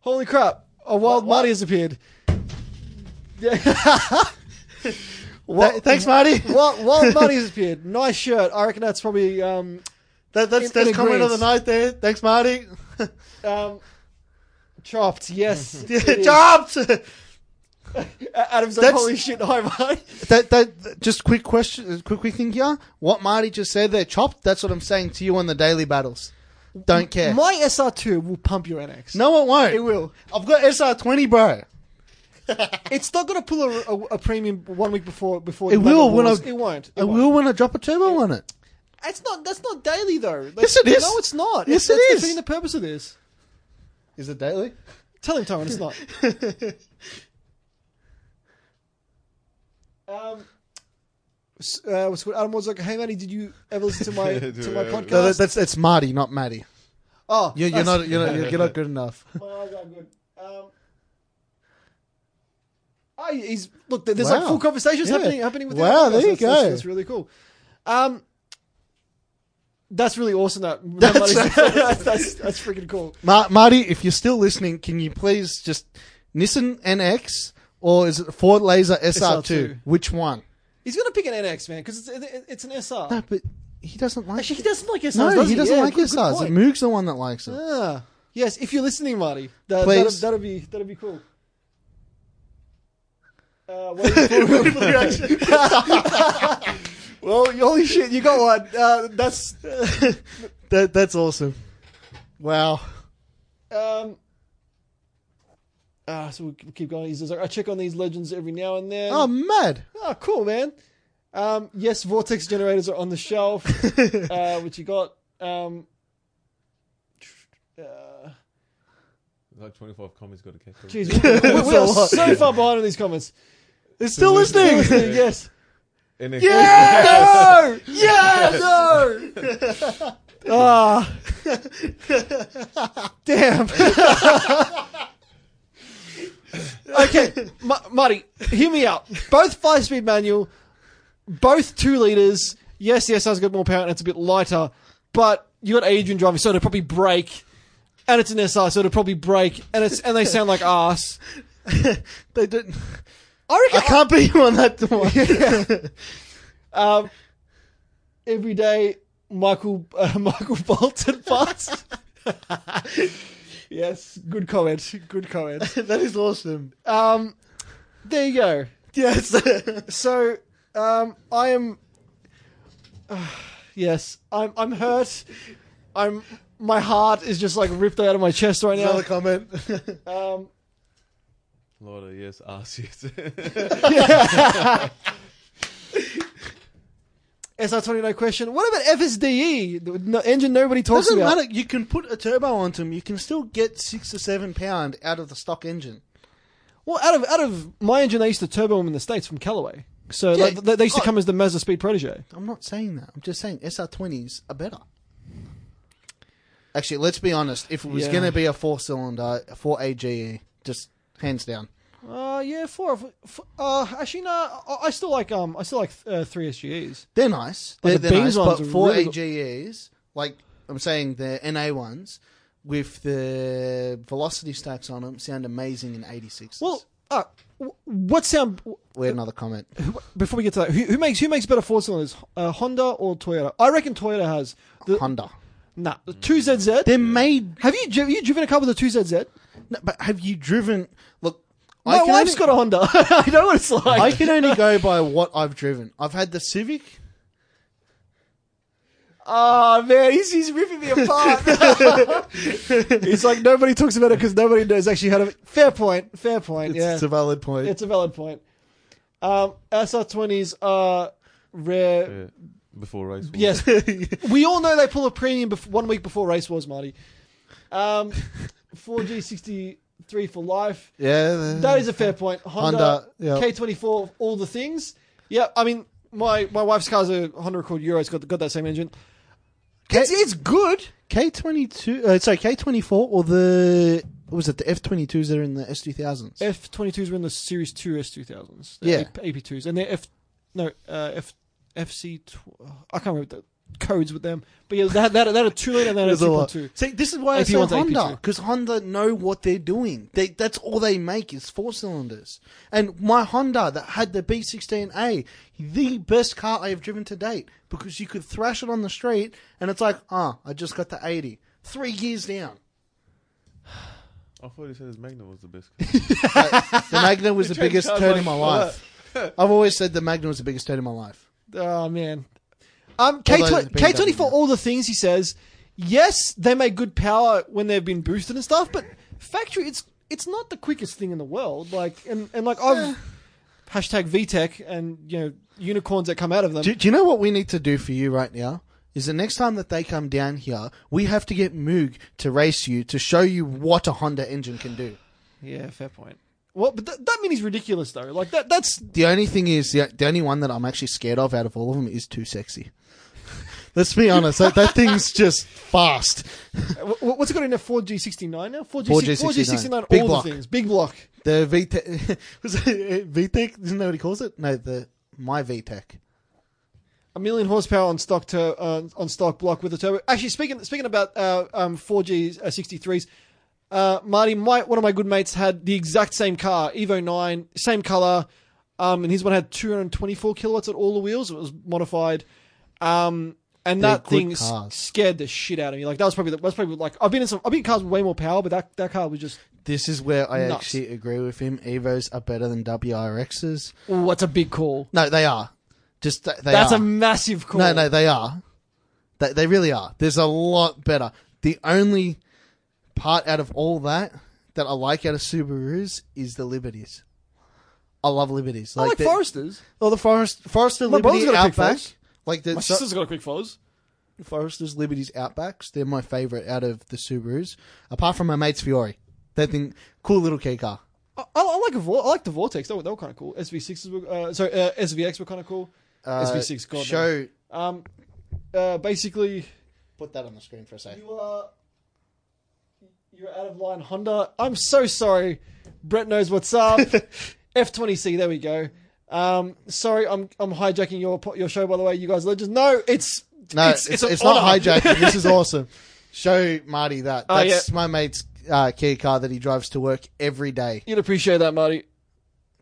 Speaker 1: holy crap, a wild
Speaker 3: What- what?
Speaker 1: Marty has appeared. Yeah.
Speaker 3: Th- thanks, Marty.
Speaker 1: Wild, wild Marty has appeared. Nice shirt. I reckon that's probably um,
Speaker 3: That, that's
Speaker 1: In- in
Speaker 3: that's comment of the
Speaker 1: agreeance.
Speaker 3: night there. Thanks, Marty.
Speaker 1: um, chopped. Yes, it is.
Speaker 3: Jobs.
Speaker 1: Adam's like,
Speaker 3: That's-
Speaker 1: holy shit, hi Marty.
Speaker 3: that, that just quick question, uh, quick quick thing here. What Marty just said there, chopped. That's what I'm saying to you on the daily battles. Don't care.
Speaker 1: My SR2 will pump your NX.
Speaker 3: no, it won't.
Speaker 1: it will.
Speaker 3: I've got SR20, bro.
Speaker 1: It's not going to pull a, a, a premium one week before before
Speaker 3: It
Speaker 1: the
Speaker 3: will
Speaker 1: London
Speaker 3: when
Speaker 1: Wars.
Speaker 3: I-
Speaker 1: It won't. It
Speaker 3: I
Speaker 1: won't.
Speaker 3: will when I drop a turbo on it.
Speaker 1: It's not. That's not daily though. Like,
Speaker 3: Yes, it is.
Speaker 1: No, it's not.
Speaker 3: Yes,
Speaker 1: It's-
Speaker 3: it
Speaker 1: that's
Speaker 3: is.
Speaker 1: defeating the purpose of this.
Speaker 3: Is it daily?
Speaker 1: Tell him, Tyrone, it's not. um, s- uh, what's good? Adam was like, "Hey, Manny, did you ever listen to my to my
Speaker 2: Yeah.
Speaker 1: podcast?"
Speaker 3: No, that, that's that's Marty, not Matty.
Speaker 1: oh,
Speaker 3: You're, you're
Speaker 1: that's-
Speaker 3: not you're not you're not good enough.
Speaker 1: My eyes aren't good. Um, oh, he's look. There's like
Speaker 3: Wow.
Speaker 1: full conversations
Speaker 3: Yeah.
Speaker 1: happening happening with
Speaker 3: Wow,
Speaker 1: him. That's-
Speaker 3: there you
Speaker 1: that's, That's,
Speaker 3: go.
Speaker 1: that's really cool. Um, that's really awesome. That
Speaker 3: That's-
Speaker 1: that's, that's, that's freaking cool.
Speaker 3: Mar- Marty, if you're still listening, can you please just Nissan NX or is it Ford Laser SR2?
Speaker 1: SR2.
Speaker 3: Which one?
Speaker 1: He's gonna pick an NX man because it's it, it's an SR.
Speaker 3: No, but he doesn't like.
Speaker 1: Actually, he doesn't like SRs.
Speaker 3: no,
Speaker 1: does
Speaker 3: he doesn't
Speaker 1: Yeah,
Speaker 3: like
Speaker 1: good- good
Speaker 3: SRs.
Speaker 1: point.
Speaker 3: Moog's the one that likes them.
Speaker 1: Ah, yes. If you're listening, Marty, that,
Speaker 3: Please.
Speaker 1: that'll, that'll be that'll be cool. Uh, waiting for reaction. well, holy shit, you got one. Uh, that's
Speaker 3: That that's awesome. Wow.
Speaker 1: um. Ah, so we'll keep- keep going. He's just like, I check on these legends every now and then.
Speaker 3: Oh, mad.
Speaker 1: Oh, cool, man. Um, yes, vortex generators are on the shelf, uh, which you got. Um, uh,
Speaker 2: Like 25 comments got to catch up.
Speaker 1: Jeez, we, we- we are
Speaker 3: That's a lot.
Speaker 1: so far behind on these comments.
Speaker 3: They're still
Speaker 1: Still
Speaker 3: listening.
Speaker 1: listening, yes.
Speaker 2: And then-
Speaker 1: No! Yeah, no! Ah. Damn. okay, Ma- Marty, hear me out. Both five speed manual, both two liters. Yes, the SR's got more power and it's a bit lighter, but you got Adrian driving, so it'll probably break. And it's an SR, so it'll probably break. And it's and they sound like ass.
Speaker 3: they didn't.
Speaker 1: I
Speaker 3: I
Speaker 1: reckon
Speaker 3: can't beat you on that one.
Speaker 1: Um, every day, Michael uh, Michael Bolton farts. yes, good comment. Good comment.
Speaker 3: that is awesome.
Speaker 1: Um, there you go.
Speaker 3: Yes.
Speaker 1: So, um, I am. Yes, I'm. I'm hurt. I'm. My heart is just like ripped out of my chest right now.
Speaker 3: Another comment.
Speaker 1: Um,
Speaker 2: Lord, uh, yes, ass, yes.
Speaker 1: SR twenty no question. What about FSDE? E? The no- engine nobody talks
Speaker 3: Doesn't
Speaker 1: about.
Speaker 3: matter. You can put a turbo onto them. You can still get six or seven pound out of the stock engine.
Speaker 1: Well, out of out of my engine, they used to turbo them in the states from Callaway. So
Speaker 3: Yeah,
Speaker 1: like, they, they used to
Speaker 3: oh.
Speaker 1: come as the Mazda Speed Protege.
Speaker 3: I'm not saying that. I'm just saying SR20s are better. Actually, let's be honest. If it was
Speaker 1: Yeah.
Speaker 3: going to be a four cylinder, a four AGE, just hands down.
Speaker 1: Uh yeah, four. of- f uh, actually, no. I, I still like um, I still like uh, three SGEs.
Speaker 3: They're nice.
Speaker 1: Like the
Speaker 3: They're, they're nice,
Speaker 1: Beams
Speaker 3: but
Speaker 1: ones are
Speaker 3: four
Speaker 1: really go-
Speaker 3: AGEs, like I'm saying, the NA ones with the velocity stacks on them, sound amazing in 86.
Speaker 1: Well, uh, w- what sound?
Speaker 3: we had another comment.
Speaker 1: Before we get to that, who, who makes who makes better four cylinders, uh, Honda or Toyota? I reckon Toyota has the
Speaker 3: Honda.
Speaker 1: nah the two ZZ.
Speaker 3: They're made.
Speaker 1: Have you have you driven a car with a two ZZ?
Speaker 3: No, but have you driven? Look,
Speaker 1: My
Speaker 3: can
Speaker 1: wife's
Speaker 3: only-
Speaker 1: got a Honda. I know what it's like.
Speaker 3: I can only go by what I've driven. I've had the Civic.
Speaker 1: Oh man, he's, he's ripping me apart. he's like nobody talks about it because nobody knows actually how to. Fair point. Fair point.
Speaker 3: It's,
Speaker 1: yeah,
Speaker 3: it's a valid point.
Speaker 1: it's a valid point. Um, SR twenties are rare.
Speaker 2: Yeah, Before race. walk.
Speaker 1: Yes, we all know they pull a premium bef- one week before race wars, Marty. Um, 4G63 for life.
Speaker 3: yeah,
Speaker 1: That is a fair point. Honda,
Speaker 3: Honda, yeah.
Speaker 1: K24, all the things. Yeah, I mean, my, my wife's car's a Honda Accord Euro. It's got, got that same engine.
Speaker 3: K-
Speaker 1: It's, it's good.
Speaker 3: K twenty two. uh, Sorry, K twenty four or the what was it the F twenty twos that are in the S two thousands?
Speaker 1: F22s were in the Series 2 S2000s.
Speaker 3: Yeah.
Speaker 1: AP, AP2s. And they're F... No, uh, F... FC... Tw- I can't remember the codes with them. But yeah, that, that, that a 2-litre and that a 2.2.
Speaker 3: See, this is why I
Speaker 1: AP1's
Speaker 3: say Honda
Speaker 1: AP2.
Speaker 3: because Honda know what they're doing. They that's all they make is four cylinders. And my Honda that had the B sixteen A, the best car I have driven to date because you could thrash it on the street and it's like, ah, I just got the eighty. Three gears down.
Speaker 2: I thought you said his Magnum was the best.
Speaker 3: The Magna was the
Speaker 2: changed
Speaker 3: biggest
Speaker 2: cars
Speaker 3: turn
Speaker 2: like
Speaker 3: in my life. I've always said the Magna was the biggest turn in my life.
Speaker 1: Oh, man. Um, K-
Speaker 3: Although the BMW
Speaker 1: K24, all the things he says, yes, they make good power when they've been boosted and stuff, but factory, it's it's not the quickest thing in the world. Like, and, and like, I've... Hashtag VTEC and, you know, unicorns that come out of them.
Speaker 3: Do, do you know what we need to do for you right now? Is the next time that they come down here, we have to get Moog to race you to show you what a Honda engine can do.
Speaker 1: Yeah, fair point. Well, but th- that means ridiculous though. Like that. That's
Speaker 3: The only thing is, the, the only one that I'm actually scared of out of all of them is too sexy. Let's be honest, that, that thing's just fast.
Speaker 1: wh- wh- what's it got in a four G sixty nine now? Four G
Speaker 3: 4G69.
Speaker 1: sixty nine.
Speaker 3: Big
Speaker 1: All
Speaker 3: block.
Speaker 1: the things. Big block.
Speaker 3: The VTEC, was it eh, VTEC, E isn't that what he calls it? No, the my E VTEC.
Speaker 1: A million horsepower on stock to uh, on stock block with a turbo. Actually, speaking speaking about uh, um, 4G uh, 63s, uh, Marty, my one of my good mates had the exact same car, Evo 9, same color, um, and his one had 224 kilowatts at all the wheels. It was modified, um, and
Speaker 3: They're
Speaker 1: that
Speaker 3: good
Speaker 1: thing s-
Speaker 3: cars.
Speaker 1: scared the shit out of me. Like that was probably the, that's probably like I've been in some I've been in cars with way more power, but that that car was just
Speaker 3: This is where I
Speaker 1: Nuts.
Speaker 3: actually agree with him. Evos are better than WRXs.
Speaker 1: oh, that's a big call.
Speaker 3: No, they are. Just th- they
Speaker 1: That's
Speaker 3: are.
Speaker 1: a massive call.
Speaker 3: No, no, they are. They, they really are. There's a lot better. The only part out of all that that I like out of Subarus is the Liberties. I love Liberties.
Speaker 1: I like
Speaker 3: the,
Speaker 1: Foresters.
Speaker 3: Oh, the Forest, Forester
Speaker 1: My brother's
Speaker 3: Liberty
Speaker 1: got a big
Speaker 3: Outback.
Speaker 1: Forest.
Speaker 3: Like the
Speaker 1: My
Speaker 3: so,
Speaker 1: sister's got a quick Foz.
Speaker 3: Forester's Liberties Outbacks. They're my favorite out of the Subarus, apart from my mate's Fiore. That thing, cool little key car.
Speaker 1: I, I- I like a Vor- I like the Vortex. They were, they were kind of cool. SV6s were uh, sorry, uh, SVX were kind of cool.
Speaker 3: Uh,
Speaker 1: SV6, God, no.
Speaker 3: Show.
Speaker 1: Um, uh, basically,
Speaker 3: Put that on the screen for a second.
Speaker 1: you are you're out of line, Honda. I'm so sorry. Brett knows what's up. F20C. There we go. Um, sorry, I'm I'm hijacking your po- your show. By the way, you guys are legends. No, it's
Speaker 3: No,
Speaker 1: it's,
Speaker 3: it's,
Speaker 1: an
Speaker 3: it's not
Speaker 1: honor.
Speaker 3: hijacking. this is awesome. Show Marty that.
Speaker 1: Oh,
Speaker 3: That's my mate's uh, Kia car that he drives to work every day.
Speaker 1: You'd appreciate that, Marty.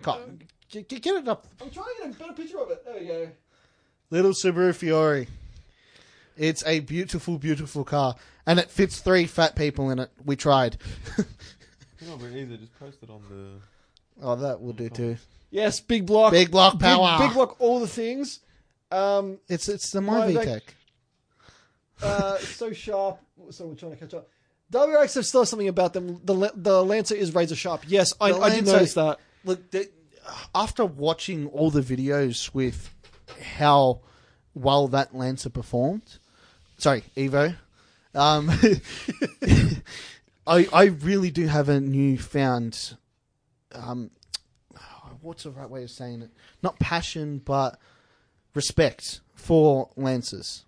Speaker 3: Car- G- g- Get it up.
Speaker 1: I'm trying to get a better picture of it. There we go.
Speaker 3: Little Subaru Fiore. It's a beautiful, beautiful car. And it fits three fat people in it. We tried.
Speaker 2: You know, but either just post it on the.
Speaker 3: oh, that will do too.
Speaker 1: Yes, big block.
Speaker 3: Big block power.
Speaker 1: Big, big block, all the things. Um,
Speaker 3: It's it's the
Speaker 1: No,
Speaker 3: my
Speaker 1: they-
Speaker 3: VTEC.
Speaker 1: uh, so sharp. So we're trying to catch up. WRX have still has something about them. The la- the Lancer is razor sharp. Yes, I,
Speaker 3: The
Speaker 1: I did
Speaker 3: Lancer-
Speaker 1: notice that.
Speaker 3: Look, the, after watching all the videos with how well that Lancer performed, sorry, Evo, um, I I really do have a newfound, um, what's the right way of saying it? Not passion, but respect for Lancers,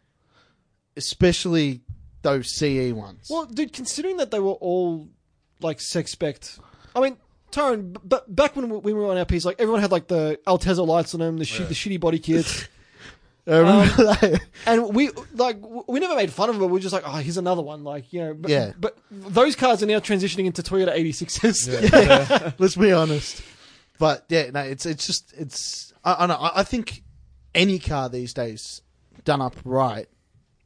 Speaker 3: especially those CE ones.
Speaker 1: Well, dude, considering that they were all like sex spect, I mean, Tyrone, b- but back when we, when we were on our piece, like everyone had like the Altezza lights on them, the, shi- the shitty body kits,
Speaker 3: I remember that.
Speaker 1: and we like w- we never made fun of them. But we were just like, oh, here's another one, like you know. But,
Speaker 3: Yeah.
Speaker 1: But those cars are now transitioning into Toyota 86s.
Speaker 3: Let's be honest. But yeah, no, it's it's just it's I, I don't know. I, I think any car these days done up right,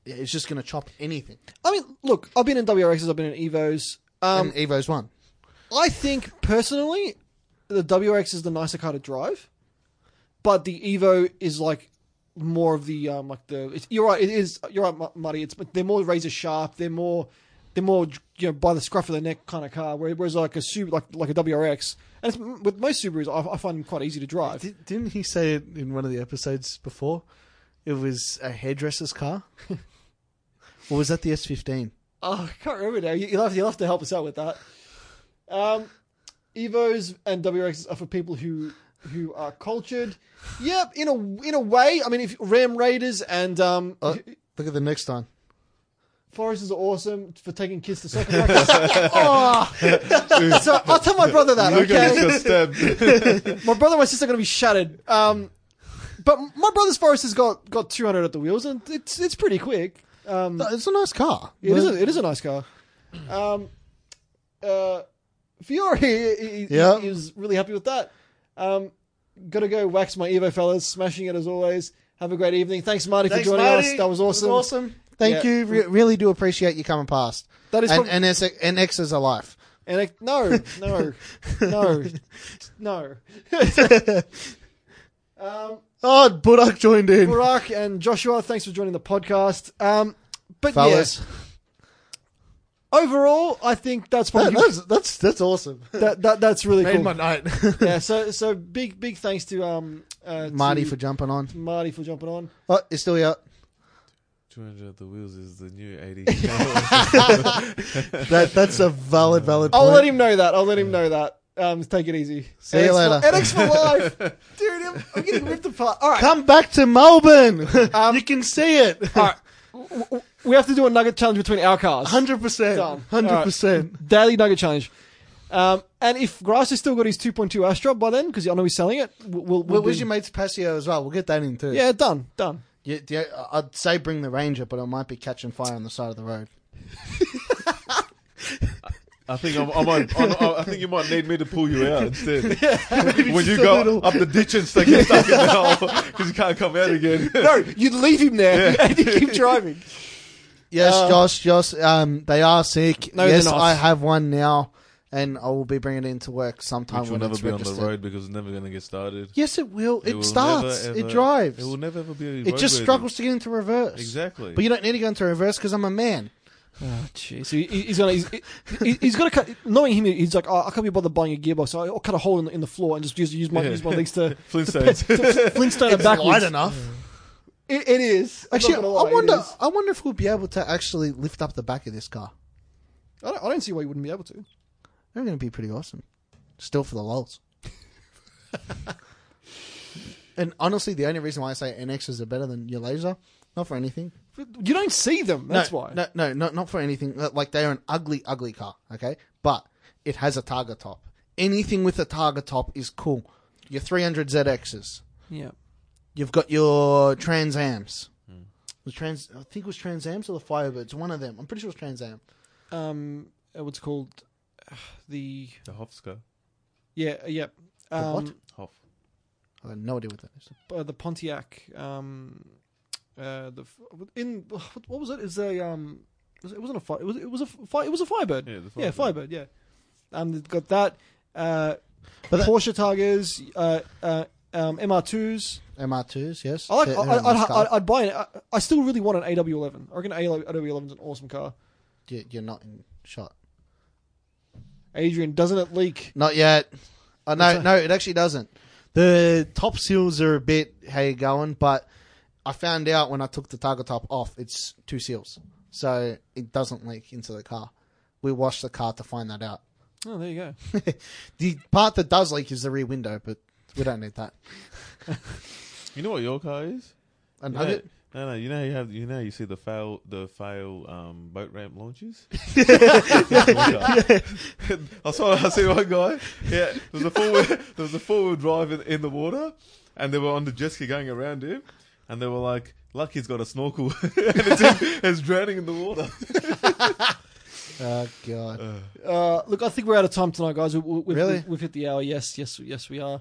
Speaker 3: yeah, it's just going to chop anything.
Speaker 1: I mean, look, I've been in WRXs, I've been in Evos. Um,
Speaker 3: and Evo's one.
Speaker 1: I think personally, the WRX is the nicer car to drive, but the Evo is like more of the um like the it's, you're right it is you're right Mu- muddy it's but they're more razor sharp they're more they're more you know by the scruff of the neck kind of car where- whereas like a Subaru like like a WRX and it's, with most Subarus I, I find them quite easy to drive
Speaker 3: Did, didn't he say it in one of the episodes before? It was a hairdresser's car. or was that the S fifteen?
Speaker 1: oh, I can't remember now you, you'll have you'll have to help us out with that um Evos and WRXs are for people who who are cultured yep in a in a way I mean if Ram Raiders and um
Speaker 3: Oh, look at the next time.
Speaker 1: Foresters are awesome for taking kids to soccer practice. oh, so I'll tell my brother that. Okay,
Speaker 2: Lucas got stabbed.
Speaker 1: my brother and my sister are going to be shattered. Um, but my brother's Foresters got got 200 at the wheels, and it's it's pretty quick. Um,
Speaker 3: It's a nice car.
Speaker 1: it is a, it is a nice car. Um, uh, Fiore he, he-
Speaker 3: Yeah.
Speaker 1: he was really happy with that. Um, gotta go wax my Evo fellas, smashing it as always. Have a great evening. Thanks, Marty,
Speaker 3: Thanks,
Speaker 1: for joining us.
Speaker 3: Marty.
Speaker 1: That was
Speaker 3: It
Speaker 1: awesome.
Speaker 3: awesome. Thank
Speaker 1: Yeah.
Speaker 3: you. Re- really do appreciate you coming past.
Speaker 1: That is
Speaker 3: And,
Speaker 1: prob-
Speaker 3: and, S- and X is alive.
Speaker 1: And I, no, no, no, no. um,
Speaker 3: Oh, Budak joined in.
Speaker 1: Burak and Joshua, thanks for joining the podcast. Um, but
Speaker 3: Fellas.
Speaker 1: yes, overall, I think that's probably
Speaker 3: that's, that's that's awesome.
Speaker 1: that, that that's really cool.
Speaker 3: night.
Speaker 1: yeah, so so big big thanks to um uh,
Speaker 3: Marty
Speaker 1: to
Speaker 3: for jumping on.
Speaker 1: Marty for jumping on.
Speaker 3: Oh, it's still out.
Speaker 2: 200 at the wheels is the new 80.
Speaker 3: That that's a valid valid.
Speaker 1: I'll
Speaker 3: point.
Speaker 1: let him know that. I'll let him know that. Um, take it easy.
Speaker 3: See you
Speaker 1: NX for-
Speaker 3: later.
Speaker 1: NX for life, dude. I'm, I'm getting ripped apart. All right.
Speaker 3: come back to Melbourne. you can see it.
Speaker 1: All right. W- w- We have to do a nugget challenge between our cars.
Speaker 3: Hundred percent.
Speaker 1: Done.
Speaker 3: Hundred percent.
Speaker 1: Daily nugget challenge. Um, and if Grass has still got his 2.2 Astra by then, because I know he's selling it, we'll. we'll, we'll
Speaker 3: Where's
Speaker 1: do-
Speaker 3: your mate's Pasio as well? We'll get that in too.
Speaker 1: Yeah, done. Done.
Speaker 3: You- yeah, I'd say bring the Ranger, but it might be catching fire on the side of the road.
Speaker 2: I think I'm, I might. I'm, I think you might need me to pull you out instead. when you
Speaker 3: just a
Speaker 2: go
Speaker 3: little.
Speaker 2: up the ditch and stuck, get stuck in the hole because you can't come out again.
Speaker 1: No, you'd leave him there and you keep driving.
Speaker 3: Yes,
Speaker 1: Uh,
Speaker 3: Josh, Josh. Um, they are sick.
Speaker 1: No,
Speaker 3: yes,
Speaker 1: they're not.
Speaker 3: I have one now, and I will be bringing it into work sometime
Speaker 2: Which will
Speaker 3: when
Speaker 2: never
Speaker 3: it's
Speaker 2: be on
Speaker 3: registered.
Speaker 2: the road because it's never going to get started.
Speaker 3: Yes, it will. It,
Speaker 2: will
Speaker 3: starts.
Speaker 2: never,
Speaker 3: it
Speaker 2: ever-
Speaker 3: drives.
Speaker 2: It will never ever be.
Speaker 3: It just
Speaker 2: roadworthy.
Speaker 3: struggles to get into reverse.
Speaker 2: Exactly.
Speaker 3: But you don't need to go into reverse because I'm a man.
Speaker 1: Oh, jeez. He, he- he's going to. He's, he's got to cut. Knowing him, he's like, oh, I can't be bothered buying a gearbox. So I'll cut a hole in, the- in the floor and just use, use, my,
Speaker 2: Yeah.
Speaker 1: use my legs to
Speaker 2: Flintstones.
Speaker 1: Flintstone it backwards.
Speaker 3: enough.
Speaker 1: It, it is. I'm not
Speaker 3: Actually,
Speaker 1: gonna lie,
Speaker 3: I
Speaker 1: it
Speaker 3: wonder.
Speaker 1: is.
Speaker 3: I wonder if we'll be able to actually lift up the back of this car.
Speaker 1: I don't, I don't see why you wouldn't be able to.
Speaker 3: They're going to be pretty awesome. Still for the lulz. and honestly, the only reason why I say NXs are better than your laser, not for anything.
Speaker 1: You don't see them. That's
Speaker 3: no,
Speaker 1: why.
Speaker 3: No, no, not not for anything. Like they are an ugly, ugly car. Okay, but it has a targa top. Anything with a targa top is cool. Your 300 ZXs.
Speaker 1: Yeah.
Speaker 3: You've got your Trans Am's.
Speaker 1: Hmm.
Speaker 3: Was Trans? I think it was Trans Am's or the Firebirds. One of them. I'm pretty sure it was Trans Am.
Speaker 1: um uh, what's called uh, the
Speaker 2: the Hofska.
Speaker 1: yeah uh, yep
Speaker 3: The
Speaker 1: um,
Speaker 3: what?
Speaker 2: Hof.
Speaker 3: I have no idea what that is.
Speaker 1: Uh, the Pontiac um uh the f- in what what was it? Is a um was it it wasn't a fire it was it was a fi- it was a Firebird
Speaker 2: Yeah, the
Speaker 1: yeah Firebird
Speaker 2: Firebird.
Speaker 1: yeah um they've got that uh
Speaker 3: But that-
Speaker 1: Porsche Targas uh uh um, MR2s.
Speaker 3: MR2s, yes.
Speaker 1: I like.
Speaker 3: They're-
Speaker 1: I,
Speaker 3: they're
Speaker 1: I,
Speaker 3: on the
Speaker 1: I'd,
Speaker 3: start.
Speaker 1: I'd, I'd buy it. I, I still really want an AW11. I reckon AW11's an awesome car.
Speaker 3: You- You're not in shot.
Speaker 1: Adrian, doesn't it leak?
Speaker 3: Not yet. Oh, no,
Speaker 1: It's
Speaker 3: no, it actually doesn't. The top seals are a bit how you going, but I found out when I took the target top off, it's two seals, so it doesn't leak into the car. We washed the car to find that out.
Speaker 1: Oh, there you go.
Speaker 3: The part that does leak is the rear window, but we don't need that.
Speaker 2: You know what your car is?
Speaker 3: A
Speaker 2: You know-
Speaker 3: nugget.
Speaker 2: No, no. You know you have. You know you see the fail. The fail um, boat ramp launches.
Speaker 4: I saw. I see one guy. Yeah, there was a four. Wheel, there was a four wheel drive in, in the water, and they were on the jet ski going around him, and they were like, "Lucky's got a snorkel, and it's, in, it's drowning in the water."
Speaker 3: Oh god.
Speaker 1: Uh, look, I think we're out of time tonight, guys. We, we, we've,
Speaker 3: Really?
Speaker 1: we've, we've hit the hour. Yes, yes, yes, we are.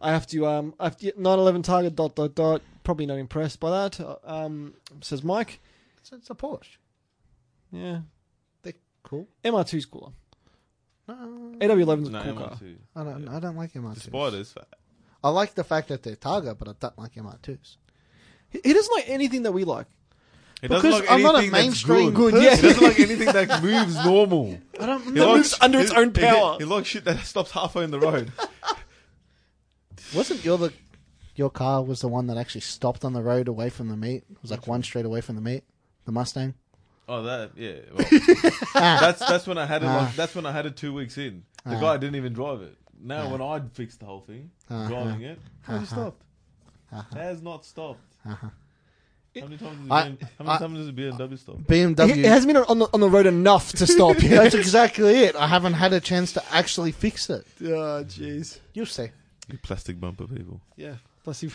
Speaker 1: I have to. Um, I have to, 911 target. Dot dot dot. Probably not impressed by that. Uh, Um, says Mike.
Speaker 3: It's, it's a Porsche.
Speaker 1: Yeah.
Speaker 3: They're cool.
Speaker 1: MR2's cooler.
Speaker 3: No,
Speaker 1: AW11's a
Speaker 2: No,
Speaker 1: cool car.
Speaker 2: MR2.
Speaker 3: I don't. I don't like MR2s.
Speaker 2: The spiders.
Speaker 3: I like the fact that they're Targa, but I don't like MR2s.
Speaker 1: He, he doesn't like anything that we like.
Speaker 2: It doesn't
Speaker 3: Because
Speaker 2: like
Speaker 3: I'm not a
Speaker 2: anything that's
Speaker 3: mainstream
Speaker 2: good.
Speaker 3: person.
Speaker 1: Yeah.
Speaker 2: It doesn't like anything that moves normal.
Speaker 3: I don't.
Speaker 2: He likes-
Speaker 1: moves under its
Speaker 2: he-
Speaker 1: own
Speaker 2: he-
Speaker 1: power.
Speaker 2: He likes shit that stops halfway in the road.
Speaker 3: Wasn't your the your car was the one that actually stopped on the road away from the meet? It was like one straight away from the meet. The Mustang.
Speaker 2: Oh, that yeah. well, that's that's when I had it.
Speaker 3: Ah.
Speaker 2: Like, that's when I had it two weeks in. The guy didn't even drive it. Now
Speaker 3: Ah.
Speaker 2: when I fixed the whole thing, driving it, how has it stopped? Has not stopped.
Speaker 3: Uh-huh.
Speaker 2: How many times? Has
Speaker 3: Ah, I-
Speaker 2: BMW, how
Speaker 3: I-
Speaker 2: many times has a BMW stopped?
Speaker 3: BMW.
Speaker 1: It hasn't been on the, on the road enough to stop.
Speaker 3: That's exactly it. I haven't had a chance to actually fix it.
Speaker 1: oh, jeez.
Speaker 3: You'll see.
Speaker 2: You plastic bumper people.
Speaker 1: Yeah. Plus, he,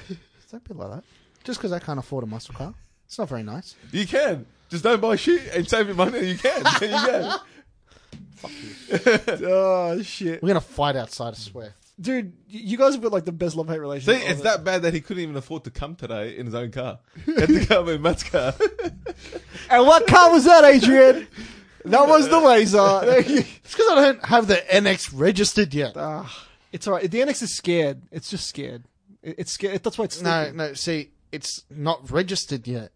Speaker 3: Don't be like that. Just because I can't afford a muscle car, it's not very nice.
Speaker 2: You can just don't buy shit and save your money. You can. you can.
Speaker 1: oh shit,
Speaker 3: We're gonna fight outside. I swear.
Speaker 1: dude! y- You guys have got like the best love hate relationship.
Speaker 2: See,
Speaker 1: of
Speaker 2: it's
Speaker 1: it.
Speaker 2: that bad that he couldn't even afford to come today in his own car. He had to come in Matt's car.
Speaker 1: And what car was that, Adrian? that was the laser. There you-
Speaker 3: It's because I don't have the NX registered yet.
Speaker 1: Ah, it's alright. The annex is scared. It's just scared. It, it's scared. That's why it's
Speaker 3: No,
Speaker 1: sleeping.
Speaker 3: no. See, it's not registered yet.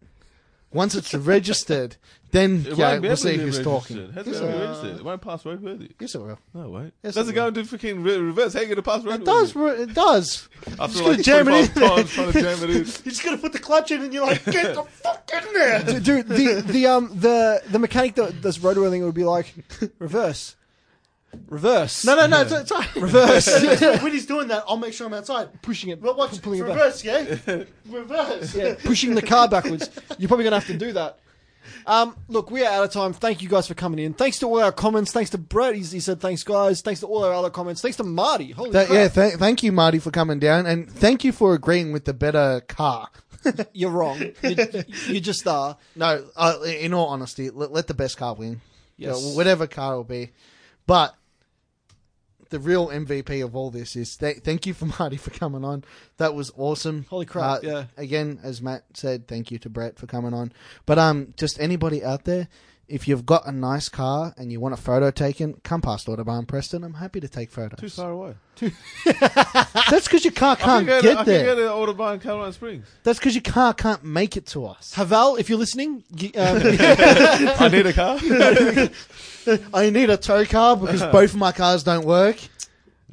Speaker 3: Once it's registered, then
Speaker 2: It
Speaker 3: yeah,
Speaker 2: won't be able to
Speaker 3: we'll see
Speaker 2: be
Speaker 3: who's
Speaker 2: registered.
Speaker 3: talking.
Speaker 2: Has to be registered. It won't pass roadworthy.
Speaker 3: Yes, it will.
Speaker 2: No, it won't.
Speaker 3: Yes,
Speaker 2: Doesn't
Speaker 3: it
Speaker 2: go into freaking re- reverse. How you going to pass roadworthy?
Speaker 3: It does. re- It does.
Speaker 2: After
Speaker 3: Just
Speaker 2: like
Speaker 3: gonna jam it
Speaker 2: 25
Speaker 3: in.
Speaker 2: times trying to jam it in.
Speaker 3: You're just gonna put the clutch in, and you're like, "Get the fuck in there!"
Speaker 1: D- Dude, the the um the the mechanic that does road rolling would be like reverse, reverse.
Speaker 3: No, no, no. It's, it's all right.
Speaker 1: Reverse.
Speaker 3: when he's doing that, I'll make sure I'm outside.
Speaker 1: pushing it,
Speaker 3: But watch,
Speaker 1: pulling it back.
Speaker 3: reverse, yeah, reverse.
Speaker 1: yeah, pushing the car backwards. You're probably going to have to do that. Um, look, we are out of time. Thank you guys for coming in. Thanks to all our comments. Thanks to Brett. He's, he said thanks, guys. Thanks to all our other comments. Thanks to Marty. Holy
Speaker 3: That-
Speaker 1: crap.
Speaker 3: yeah, th- thank you, Marty, for coming down, and thank you for agreeing with the better car.
Speaker 1: You're wrong. You, you just are.
Speaker 3: No, uh, in all honesty, let, let the best car win.
Speaker 1: Yes.
Speaker 3: Yeah, whatever car it will be. But the real MVP of all this is th- thank you for Marty for coming on. That was awesome. Uh,
Speaker 1: Holy crap, yeah.
Speaker 3: Again, as Matt said, thank you to Brett for coming on. But um, just anybody out there, if you've got a nice car and you want a photo taken, come past Autobahn Preston. I'm happy to take photos.
Speaker 2: Too far away.
Speaker 3: That's because your car
Speaker 2: I can
Speaker 3: can't
Speaker 2: go
Speaker 3: get
Speaker 2: to, I
Speaker 3: there.
Speaker 2: can go to Autobahn Caroline Springs.
Speaker 3: That's because your car can't make it to us.
Speaker 1: Havel, if you're listening, y- um,
Speaker 2: I need a car.
Speaker 3: I need a tow car because both of my cars don't work.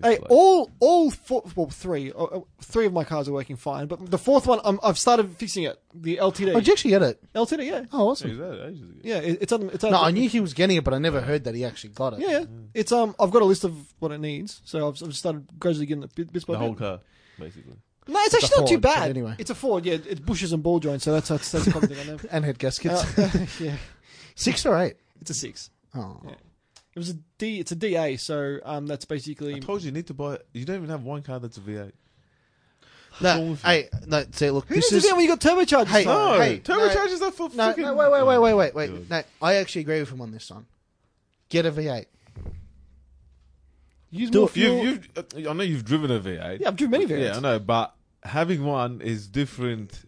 Speaker 1: hey, all all four, well, three, oh, oh, three of my cars are working fine, but the fourth one, i I've started fixing it. The LTD.
Speaker 3: Oh, did you actually get it?
Speaker 1: LTD, yeah,
Speaker 3: Oh,
Speaker 2: Jeez,
Speaker 3: awesome.
Speaker 2: that was ages ago.
Speaker 1: yeah. It, it's on. It's on.
Speaker 3: No, I knew he was getting it, but I never heard that he actually got it.
Speaker 1: Yeah, yeah, it's um. I've got a list of what it needs, so I've, I've started gradually getting it bit, bits by
Speaker 2: The
Speaker 1: bit.
Speaker 2: whole car, basically.
Speaker 1: No, it's actually
Speaker 3: a
Speaker 1: not too
Speaker 3: Ford, but
Speaker 1: bad.
Speaker 3: anyway.
Speaker 1: It's a Ford, yeah. It's bushes and ball joints, so that's that's, that's commenting on them.
Speaker 3: And head gaskets.
Speaker 1: Uh, yeah,
Speaker 3: Six or eight?
Speaker 1: it's a six.
Speaker 3: Oh.
Speaker 1: Yeah. It was a D. It's a DA, so um, that's
Speaker 2: I
Speaker 1: basically.
Speaker 2: told you, you need to buy. You don't even have one car that's a V8.
Speaker 3: No, hey, no, see, look,
Speaker 1: Who
Speaker 3: this
Speaker 1: needs
Speaker 3: is...
Speaker 1: to be when you got turbochargers? Oh,
Speaker 3: Hey, uh,
Speaker 1: Simon?
Speaker 2: No,
Speaker 3: Hey,
Speaker 2: turbochargers are for
Speaker 3: No,
Speaker 2: fucking.
Speaker 3: no, wait, wait, wait, wait, wait,
Speaker 2: Oh,
Speaker 3: wait.
Speaker 2: God.
Speaker 3: No, I actually agree with him on this one. Get a V8.
Speaker 1: use
Speaker 3: do
Speaker 1: more
Speaker 3: it.
Speaker 1: fuel.
Speaker 2: You, you've, I know you've driven a V8.
Speaker 1: yeah, I've driven many variants.
Speaker 2: Yeah, I know, but having one is different.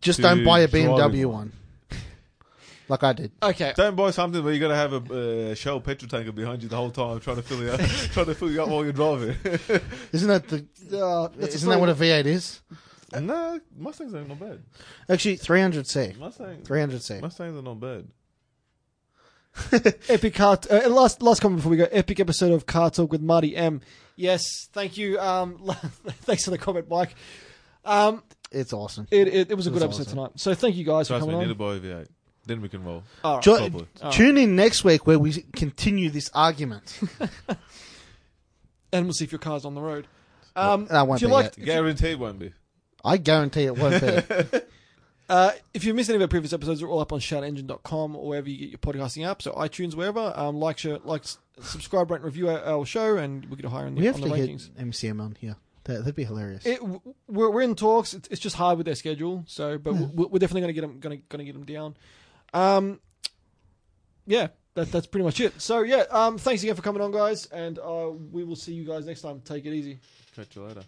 Speaker 3: Just
Speaker 2: To
Speaker 3: don't buy a BMW
Speaker 2: driving
Speaker 3: one.
Speaker 2: one.
Speaker 3: like I did.
Speaker 1: Okay,
Speaker 2: Don't buy something where you got to have a uh, Shell petrol tanker behind you the whole time trying to fill you up, trying to fill you up while you're driving.
Speaker 3: Isn't that the?
Speaker 1: uh, that's
Speaker 3: Isn't that what a V8 is?
Speaker 2: no, Mustangs are not bad.
Speaker 3: Actually, 300C.
Speaker 2: Mustang,
Speaker 3: 300C.
Speaker 2: Mustangs are not bad.
Speaker 1: epic car? T- uh, last last comment before we go. Epic episode of Car Talk with Marty M. Yes, thank you. Um, thanks for the comment, Mike. Um,
Speaker 3: It's awesome.
Speaker 1: it, it, it was a
Speaker 3: It
Speaker 1: good
Speaker 3: was
Speaker 1: episode
Speaker 3: awesome.
Speaker 1: tonight. So thank you guys
Speaker 2: Trust
Speaker 1: for
Speaker 2: me,
Speaker 1: coming
Speaker 2: need a
Speaker 1: on.
Speaker 2: buy a V8. Then we can roll.
Speaker 1: All right.
Speaker 3: Jo-
Speaker 2: Probably.
Speaker 3: tune in next week where we continue this argument.
Speaker 1: and we'll see if your car's on the road. Um,
Speaker 3: That won't
Speaker 1: if you
Speaker 3: be
Speaker 1: liked, if you-
Speaker 2: Guaranteed won't be.
Speaker 3: I guarantee it won't be.
Speaker 1: Uh, if you missed any of our previous episodes, they're all up on shoutengine.com or wherever you get your podcasting app. So iTunes, wherever. Um, like, share, like, s- subscribe, rate, and review our, our show, and we'll get higher in
Speaker 3: We
Speaker 1: the,
Speaker 3: have
Speaker 1: on the
Speaker 3: to get
Speaker 1: rankings.
Speaker 3: MCM on here. That, that'd be hilarious.
Speaker 1: It, w- we're, we're in talks. It's, it's just hard with their schedule. So, but we're, we're definitely going to get them going to going to get them down. Um, yeah, that, that's pretty much it. So yeah, um, thanks again for coming on, guys, and uh, we will see you guys next time. Take it easy.
Speaker 2: Catch you later.